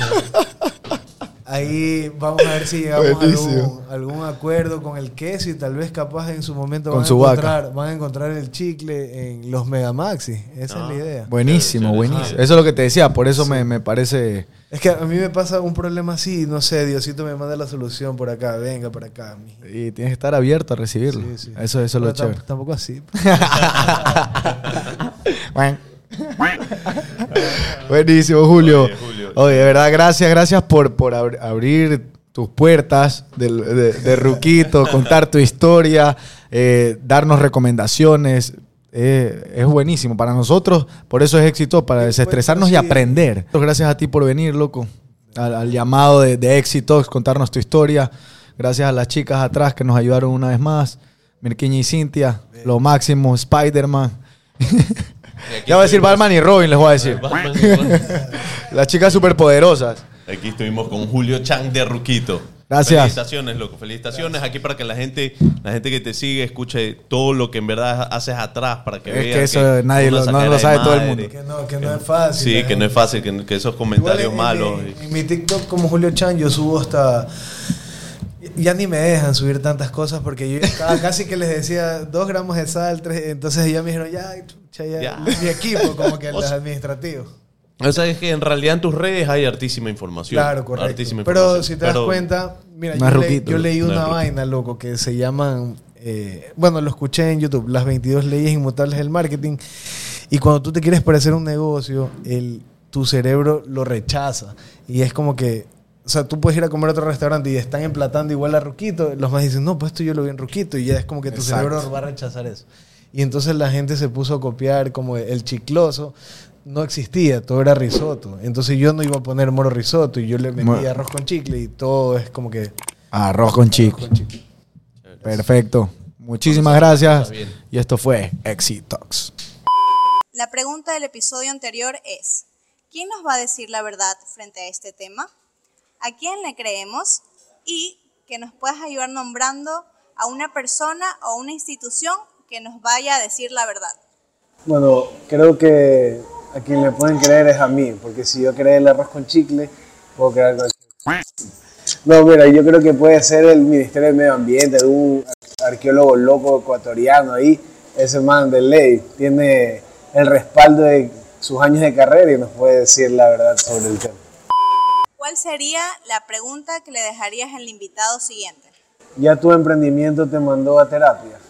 Speaker 3: ahí vamos a ver si llegamos a algún,
Speaker 2: Buenísimo.
Speaker 3: algún acuerdo con el queso y tal vez capaz en su momento
Speaker 2: Con
Speaker 3: van,
Speaker 2: su
Speaker 3: a
Speaker 2: vaca.
Speaker 3: encontrar, van a encontrar el chicle en los Megamaxi. Esa
Speaker 1: Ah.
Speaker 3: es la idea.
Speaker 2: Buenísimo,
Speaker 1: Chévere,
Speaker 2: buenísimo.
Speaker 1: chévere.
Speaker 2: Eso es lo que te decía, por eso me, me parece...
Speaker 3: Es que a mí me pasa un problema así, y no sé, Diosito me manda la solución por acá, venga para acá. mi-
Speaker 2: Y tienes que estar abierto a recibirlo.
Speaker 3: Sí, sí.
Speaker 2: Eso, eso es lo
Speaker 3: Pero tam-
Speaker 2: chévere.
Speaker 3: Tampoco así.
Speaker 2: Bueno. Buenísimo, Julio.
Speaker 1: Oye, Julio.
Speaker 2: Oye, de verdad, gracias, gracias por, por abr- abrir tus puertas del- de,
Speaker 1: (laughs)
Speaker 2: de Ruquito, contar tu historia, eh, darnos recomendaciones. Eh, es buenísimo para nosotros, por eso es éxito, para
Speaker 3: Sí,
Speaker 2: desestresarnos y
Speaker 3: bueno, sí.
Speaker 2: aprender. Gracias a ti por venir, loco, al, al llamado de, de éxitos, contarnos tu historia. Gracias a las chicas atrás que nos ayudaron una vez más, Mirquiña y Cintia, lo máximo, Spider-Man.
Speaker 1: Y aquí
Speaker 2: Ya voy a decir
Speaker 1: estuvimos-
Speaker 2: Batman y Robin, les voy a decir.
Speaker 1: Batman y Robin.
Speaker 2: Las chicas superpoderosas.
Speaker 1: Aquí estuvimos con Julio Chang de Ruquito.
Speaker 2: Gracias.
Speaker 1: Felicitaciones, loco. Felicitaciones aquí para que la gente, la gente que te sigue escuche todo lo que en verdad haces atrás para que
Speaker 2: Es
Speaker 1: vean
Speaker 2: que eso nadie
Speaker 1: una
Speaker 2: lo- no
Speaker 1: sacada
Speaker 2: lo
Speaker 1: de
Speaker 2: sabe todo el
Speaker 1: madre.
Speaker 2: mundo.
Speaker 3: que no, que no es fácil.
Speaker 1: Sí,
Speaker 3: la
Speaker 1: que no
Speaker 3: gente.
Speaker 1: es fácil, que, que esos
Speaker 3: Igual eh,
Speaker 1: comentarios
Speaker 3: en-
Speaker 1: malos.
Speaker 3: En, en mi TikTok como Julio Chan yo subo hasta... Ya ni me dejan subir tantas cosas porque yo ya estaba casi que les decía dos gramos de sal, tres, entonces ya me dijeron, ya, chucha, ya,
Speaker 1: Ya.
Speaker 3: mi equipo, como
Speaker 1: (laughs)
Speaker 3: que
Speaker 1: O
Speaker 3: los
Speaker 1: sea-
Speaker 3: administrativos.
Speaker 1: O sea, es que en realidad en tus redes hay hartísima información.
Speaker 3: Claro, correcto.
Speaker 1: Hartísima
Speaker 3: Pero
Speaker 1: información.
Speaker 3: si te das
Speaker 1: Pero-
Speaker 3: cuenta, mira,
Speaker 2: No es
Speaker 3: yo, le-
Speaker 2: ruquito,
Speaker 3: yo leí
Speaker 1: no es
Speaker 3: una
Speaker 1: ruquito.
Speaker 3: vaina, loco, que se llaman, eh, bueno, lo escuché en YouTube, las 22 leyes inmutables del marketing. Y cuando tú te quieres parecer un negocio, el, tu cerebro lo rechaza. Y es como que, o sea, tú puedes ir a comer a otro restaurante y están emplatando igual a Ruquito. Los más dicen, no, pues esto yo lo vi en Ruquito. Y ya es como que tu
Speaker 2: Exacto.
Speaker 3: cerebro va a rechazar eso. Y entonces la gente se puso a copiar como el chicloso. No existía, todo era risotto. Entonces yo no iba a poner moro risotto y yo le metí
Speaker 2: Bueno.
Speaker 3: arroz con chicle y todo es como que...
Speaker 2: Arroz con chicle.
Speaker 3: con chicle.
Speaker 2: Perfecto. Muchísimas gracias.
Speaker 1: bien.
Speaker 2: Y esto fue Exit Talks.
Speaker 4: La pregunta del episodio anterior es, ¿quién nos va a decir la verdad frente a este tema? ¿A quién le creemos? Y que nos puedas ayudar nombrando a una persona o una institución que nos vaya a decir la verdad.
Speaker 5: Bueno, creo que a quien le pueden creer es a mí, porque si yo creé el arroz con chicle, puedo crear cualquier. No, mira, yo creo que puede ser el Ministerio de Medio Ambiente, algún arqueólogo loco ecuatoriano ahí, ese man de ley, tiene el respaldo de sus años de carrera y nos puede decir la verdad sobre el tema.
Speaker 4: ¿Cuál sería la pregunta que le dejarías al invitado siguiente?
Speaker 5: ¿Ya tu emprendimiento te mandó a terapia?